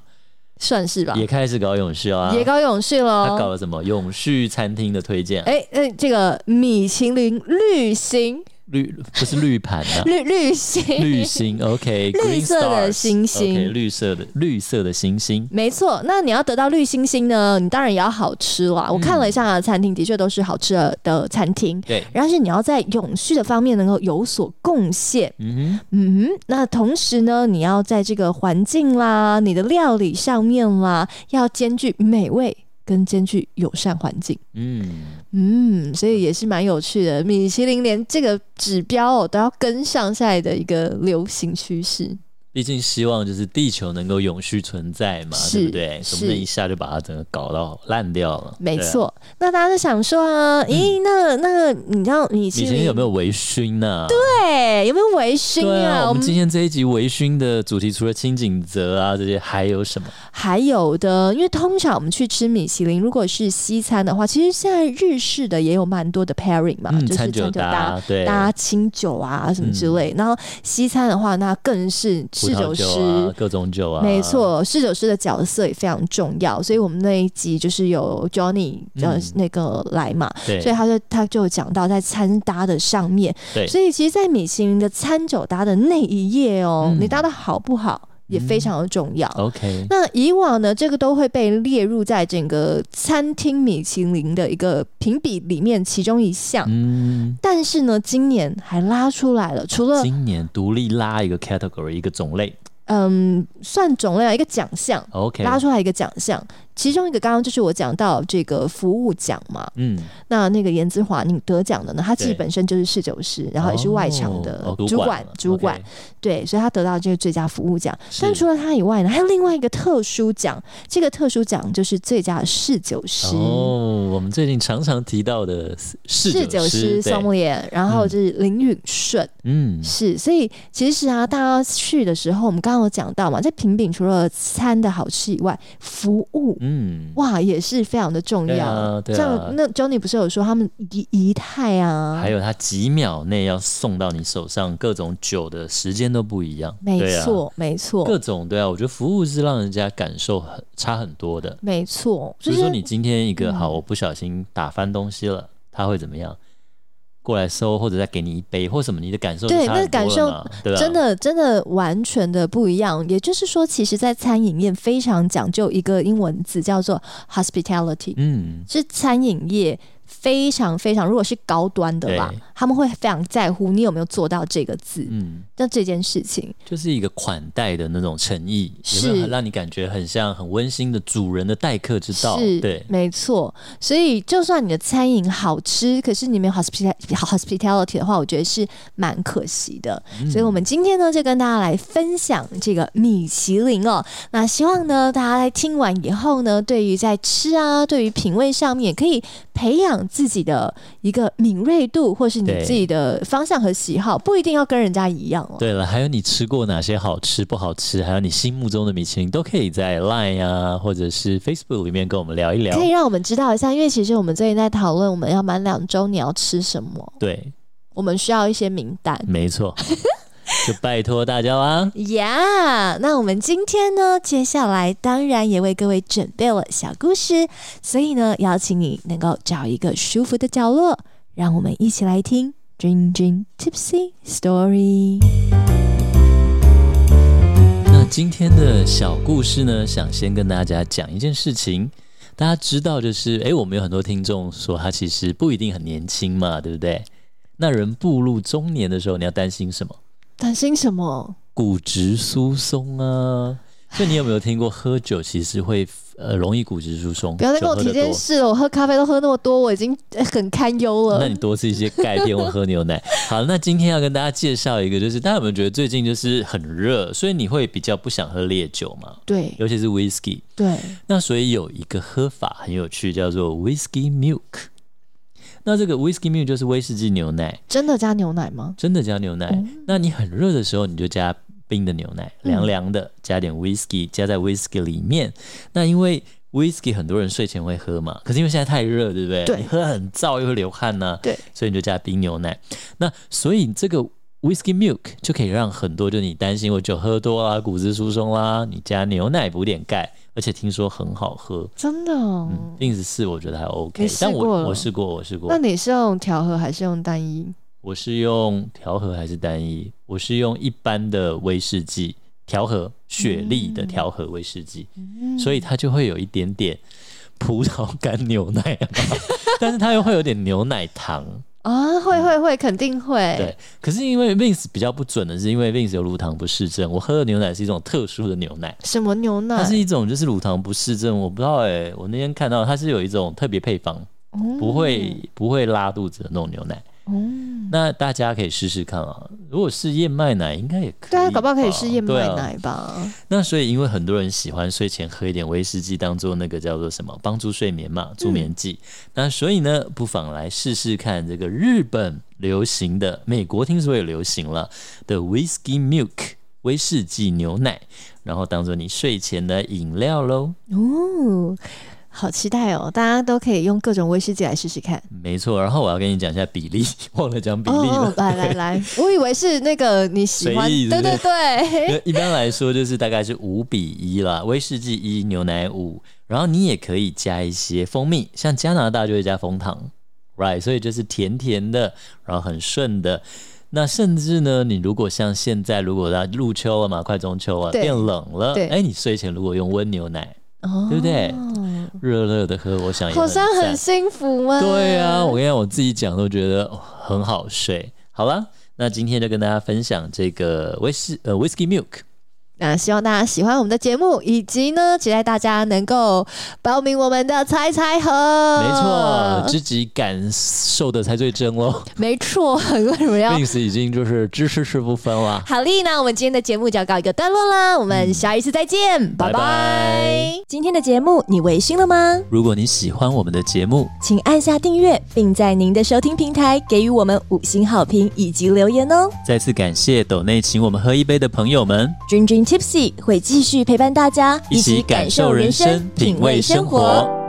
Speaker 1: 算是吧，
Speaker 2: 也开始搞永续啊，
Speaker 1: 啊也搞永续喽。
Speaker 2: 他搞了什么永续餐厅的推荐啊？
Speaker 1: 哎、那这个米其林绿星，。
Speaker 2: 绿不是绿盘啊
Speaker 1: 绿 绿星，
Speaker 2: 绿星 ，OK，
Speaker 1: 绿色的
Speaker 2: green stars，
Speaker 1: 星星
Speaker 2: OK，绿色的绿色的星星，
Speaker 1: 没错。那你要得到绿星星呢，你当然也要好吃
Speaker 2: 嗯
Speaker 1: 啦。我看了一下它的餐厅，的确都是好吃的的餐厅。
Speaker 2: 对，
Speaker 1: 但是你要在永续的方面能够有所贡献，
Speaker 2: 嗯哼，
Speaker 1: 嗯哼，那同时呢，你要在这个环境啦、你的料理上面啦，要兼具美味跟兼具友善环境。
Speaker 2: 嗯。
Speaker 1: 嗯，所以也是蛮有趣的。米其林连这个指标哦都要跟上现在的一个流行趋势，
Speaker 2: 毕竟希望就是地球能够永续存在嘛，
Speaker 1: 是
Speaker 2: 对不对？
Speaker 1: 是
Speaker 2: 总不能一下就把它整个搞到烂掉了。
Speaker 1: 没
Speaker 2: 对啊，嗯
Speaker 1: 错。那大家就想说啊，咦，那那你知道米其
Speaker 2: 米其
Speaker 1: 林
Speaker 2: 林有没有微醺呢、
Speaker 1: 对有没有微醺
Speaker 2: 对
Speaker 1: 啊？
Speaker 2: 啊，我
Speaker 1: 我
Speaker 2: 们今
Speaker 1: 们
Speaker 2: 天这一集微醺的主题，除了清景泽啊这些，还有什么？
Speaker 1: 还有的，因为通常我们去吃米其林，如果是西餐的话，其实现在日式的也有蛮多的 pairing 嘛，啊就是
Speaker 2: 嗯餐
Speaker 1: 餐酒搭。
Speaker 2: 搭对，
Speaker 1: 搭清酒啊什么之类，然后西餐的话，那更是
Speaker 2: 葡
Speaker 1: 侍
Speaker 2: 萄
Speaker 1: 酒师、
Speaker 2: 酒啊，各种酒啊，
Speaker 1: 没，错，侍酒师的角色也非常重要，所以我们那一集就是有 Johnny 呃、
Speaker 2: 嗯
Speaker 1: 那个来嘛，
Speaker 2: 对
Speaker 1: 所以他就他就有讲到在餐搭的上面，
Speaker 2: 对
Speaker 1: 所以其实，在米其林的餐酒搭的那一页哦，
Speaker 2: 嗯
Speaker 1: 你搭的好不好也非常的重要。
Speaker 2: ，OK，
Speaker 1: 那以往呢，这个都会被列入在整个餐厅米其林的一个评比里面其中一项，
Speaker 2: 嗯，
Speaker 1: 但是呢，今年还拉出来了，除了
Speaker 2: 今年独立拉一个 category 一个种类
Speaker 1: 嗯，算种类啊一个奖项。
Speaker 2: ，OK，
Speaker 1: 拉出来一个奖项，其中一个刚刚就是我讲到这个服务奖嘛，
Speaker 2: 嗯，
Speaker 1: 那那个严之华你得奖的呢，他自己
Speaker 2: 对
Speaker 1: 本身就是侍酒师，然后也是外场的
Speaker 2: 哦哦
Speaker 1: 主管
Speaker 2: 管，，
Speaker 1: 主管
Speaker 2: OK，
Speaker 1: 对，所以他得到这个最佳服务奖。
Speaker 2: 是
Speaker 1: 但除了他以外呢，还有另外一个特殊奖，这个特殊奖就是最佳侍酒师。
Speaker 2: 哦，我们最近常常提到的侍
Speaker 1: 侍酒师
Speaker 2: 对
Speaker 1: 松莲，然后就是林允顺，
Speaker 2: 嗯，
Speaker 1: 是，所以其实啊，大家去的时候，我们刚刚有讲到嘛，在评比除了餐的好吃以外，服务
Speaker 2: 嗯，
Speaker 1: 哇，也是非常的重
Speaker 2: 对
Speaker 1: 要。
Speaker 2: 啊对啊
Speaker 1: 像那 Johnny 不是有说他们仪仪态啊，
Speaker 2: 还有它几秒内要送到你手上，各种酒的时间都不一样，
Speaker 1: 没
Speaker 2: 对啊
Speaker 1: 错，没错，
Speaker 2: 各种对啊，我觉得服务是让人家感受很差很多的。
Speaker 1: 没错。
Speaker 2: 比
Speaker 1: 就
Speaker 2: 如
Speaker 1: 是
Speaker 2: 说你今天一个
Speaker 1: 嗯
Speaker 2: 好，我不小心打翻东西了，他会怎么样？过来收，或者再给你一杯，或什么，你的感受就
Speaker 1: 对
Speaker 2: 差很
Speaker 1: 那感
Speaker 2: 多了嘛对啊吧？
Speaker 1: 真的真的完全的不一样。也就是说，其实，在餐饮业非常讲究一个英文字叫做 hospitality，、
Speaker 2: 嗯，
Speaker 1: 是餐饮业非常非常，如果是高端的啦
Speaker 2: 对，
Speaker 1: 他们会非常在乎你有没有做到这个字，
Speaker 2: 嗯，
Speaker 1: 那这件事情。
Speaker 2: 就是一个款待的那种诚意，
Speaker 1: 是
Speaker 2: 有没有让你感觉很像很温馨的主人的待客之道？
Speaker 1: 是，
Speaker 2: 对，
Speaker 1: 没错。所以，就算你的餐饮好吃，可是你没有 hospital hospitality 的话，我觉得是蛮可惜的。
Speaker 2: 嗯
Speaker 1: 所以，我们今天呢，就跟大家来分享这个米其林哦。那希望呢，大家在听完以后呢，对于在吃啊，对于品味上面，也可以培养自己的一个敏锐度，或是你
Speaker 2: 对
Speaker 1: 自己的方向和喜好，不一定要跟人家一样哦。
Speaker 2: 对了，还有你吃过哪些好吃不好吃，还有你心目中的米其林，都可以在 Line 啊，或者是 Facebook 里面跟我们聊一聊
Speaker 1: 可。以让我们知道一下，因为其实我们最近在讨论，我们要满两周你要吃什么，
Speaker 2: 对，
Speaker 1: 我们需要一些名单。
Speaker 2: 没错， 就拜托大家啊啦。
Speaker 1: 呀那我们今天呢，接下来当然也为各位准备了小故事，所以呢，邀请你能够找一个舒服的角落，让我们一起来听《Dream Dream Tipsy Story》。
Speaker 2: 那今天的小故事呢，想先跟大家讲一件事情。大家知道，就是诶，我们有很多听众说他其实不一定很年轻嘛，对不对？那人步入中年的时候，你要担心什么？
Speaker 1: 担心什么？
Speaker 2: 骨质疏松啊。就你有没有听过，喝酒其实会呃容易骨质疏松？
Speaker 1: 不要再跟我提这
Speaker 2: 酒喝得
Speaker 1: 件
Speaker 2: 多
Speaker 1: 事了，我喝咖啡都喝那么多，我已经呃很堪忧
Speaker 2: 那
Speaker 1: 了
Speaker 2: 你。多吃一些钙片或喝牛 奶。好，那今天要跟大家介绍一个，就是大家有没有觉得最近就是很热，所以你会比较不想喝烈酒嘛，
Speaker 1: 对
Speaker 2: 尤其是 whisky。
Speaker 1: 对，
Speaker 2: 那所以有一个喝法很有趣，叫做 whisky milk。那这个 whisky milk 就是威士忌牛奶，
Speaker 1: 真的加牛奶吗？
Speaker 2: 真的加牛
Speaker 1: 哦
Speaker 2: 奶。那你很热的时候，你就加冰的牛奶，
Speaker 1: 嗯
Speaker 2: 凉凉的，加点 whisky，加在 whisky 里面。那因为 whisky 很多人睡前会喝嘛，可是因为现在太热，对不对？
Speaker 1: 对
Speaker 2: 你喝很燥又会流汗呢、
Speaker 1: 对，
Speaker 2: 所以你就加冰牛奶。那所以这个 whisky milk 就可以让很多就你担心我酒喝多啦、骨质疏松啦，你加牛奶补点钙，而且听说很好喝。
Speaker 1: 真的、哦
Speaker 2: 嗯，定时试我觉得还 OK，
Speaker 1: 你试
Speaker 2: 但
Speaker 1: 过
Speaker 2: 我
Speaker 1: 了
Speaker 2: 我试过，我试过
Speaker 1: 那，你是用调和还是用单一？
Speaker 2: 我是用调和还是单一？我是用一般的威士忌调和，雪莉的调和威士忌，所以它就会有一点点葡萄干牛奶啊，但是它又会有点牛奶糖。
Speaker 1: 啊，会会会，肯定会。
Speaker 2: 对，可是因为 Vince 比较不准的是，因为 Vince 有乳糖不适症，我喝的牛奶是一种特殊的牛奶，
Speaker 1: 什么牛奶？
Speaker 2: 它是一种就是乳糖不适症，我不知道哎、我那天看到它是有一种特别配方，
Speaker 1: 嗯
Speaker 2: 不会不会拉肚子的那种牛奶。
Speaker 1: 嗯
Speaker 2: 那大家可以试试看啊，如果是燕麦奶，应该也可以吧。
Speaker 1: 对啊，搞不好可以试燕麦
Speaker 2: 对啊
Speaker 1: 奶吧。
Speaker 2: 那所以，因为很多人喜欢睡前喝一点威士忌，当做那个叫做什么帮助睡眠嘛，助眠剂。那所以呢，不妨来试试看这个日本流行的，美国听说也流行了的 whisky milk 威士忌牛奶，然后当做你睡前的饮料喽。
Speaker 1: 哦，好期待哦！大家都可以用各种威士忌来试试看。
Speaker 2: 没错，然后我要跟你讲一下比例， 忘了讲比
Speaker 1: 哦
Speaker 2: 例了。
Speaker 1: 哦，来来 来，我以为是那个你喜欢，
Speaker 2: 随意
Speaker 1: 对
Speaker 2: 是不
Speaker 1: 对
Speaker 2: 是
Speaker 1: 对，
Speaker 2: 那一般来说就是大概是五比一啦，威士忌一，牛奶五，然后你也可以加一些蜂蜜，像加拿大就会加蜂糖，right？所以就是甜甜的，然后很顺的。那甚至呢，你如果像现在，如果要入秋了嘛，快中秋了，
Speaker 1: 对
Speaker 2: 变冷了，
Speaker 1: 对
Speaker 2: 哎，你睡前如果用温牛奶，
Speaker 1: 哦
Speaker 2: 对不对？热热的喝，我想也
Speaker 1: 好像
Speaker 2: 赞
Speaker 1: 很幸福哎啊。
Speaker 2: 对啊，我跟你讲，我自己讲都觉得哦很好睡。好了，那今天就跟大家分享这个威士呃 whisky milk。
Speaker 1: 那希望大家喜欢我们的节目，以及呢，期待大家能够报名我们的猜猜盒。
Speaker 2: 没错，
Speaker 1: 嗯
Speaker 2: 自己感受的才最真喽。
Speaker 1: 没错，为什么要
Speaker 2: Vince 已经就是支持是不分了。
Speaker 1: 好丽，那我们今天的节目就要告一个段落啦，我们下一次再见，嗯拜拜。
Speaker 2: 拜拜
Speaker 1: 今天的节目你微醺了吗？
Speaker 2: 如果你喜欢我们的节目，
Speaker 1: 请按下订阅，并在您的收听平台给予我们五星好评以及留言哦。
Speaker 2: 再次感谢斗内请我们喝一杯的朋友们。
Speaker 1: 君君
Speaker 3: Tipsy 会继续陪伴大家，
Speaker 1: 一起感受人生，品味生活。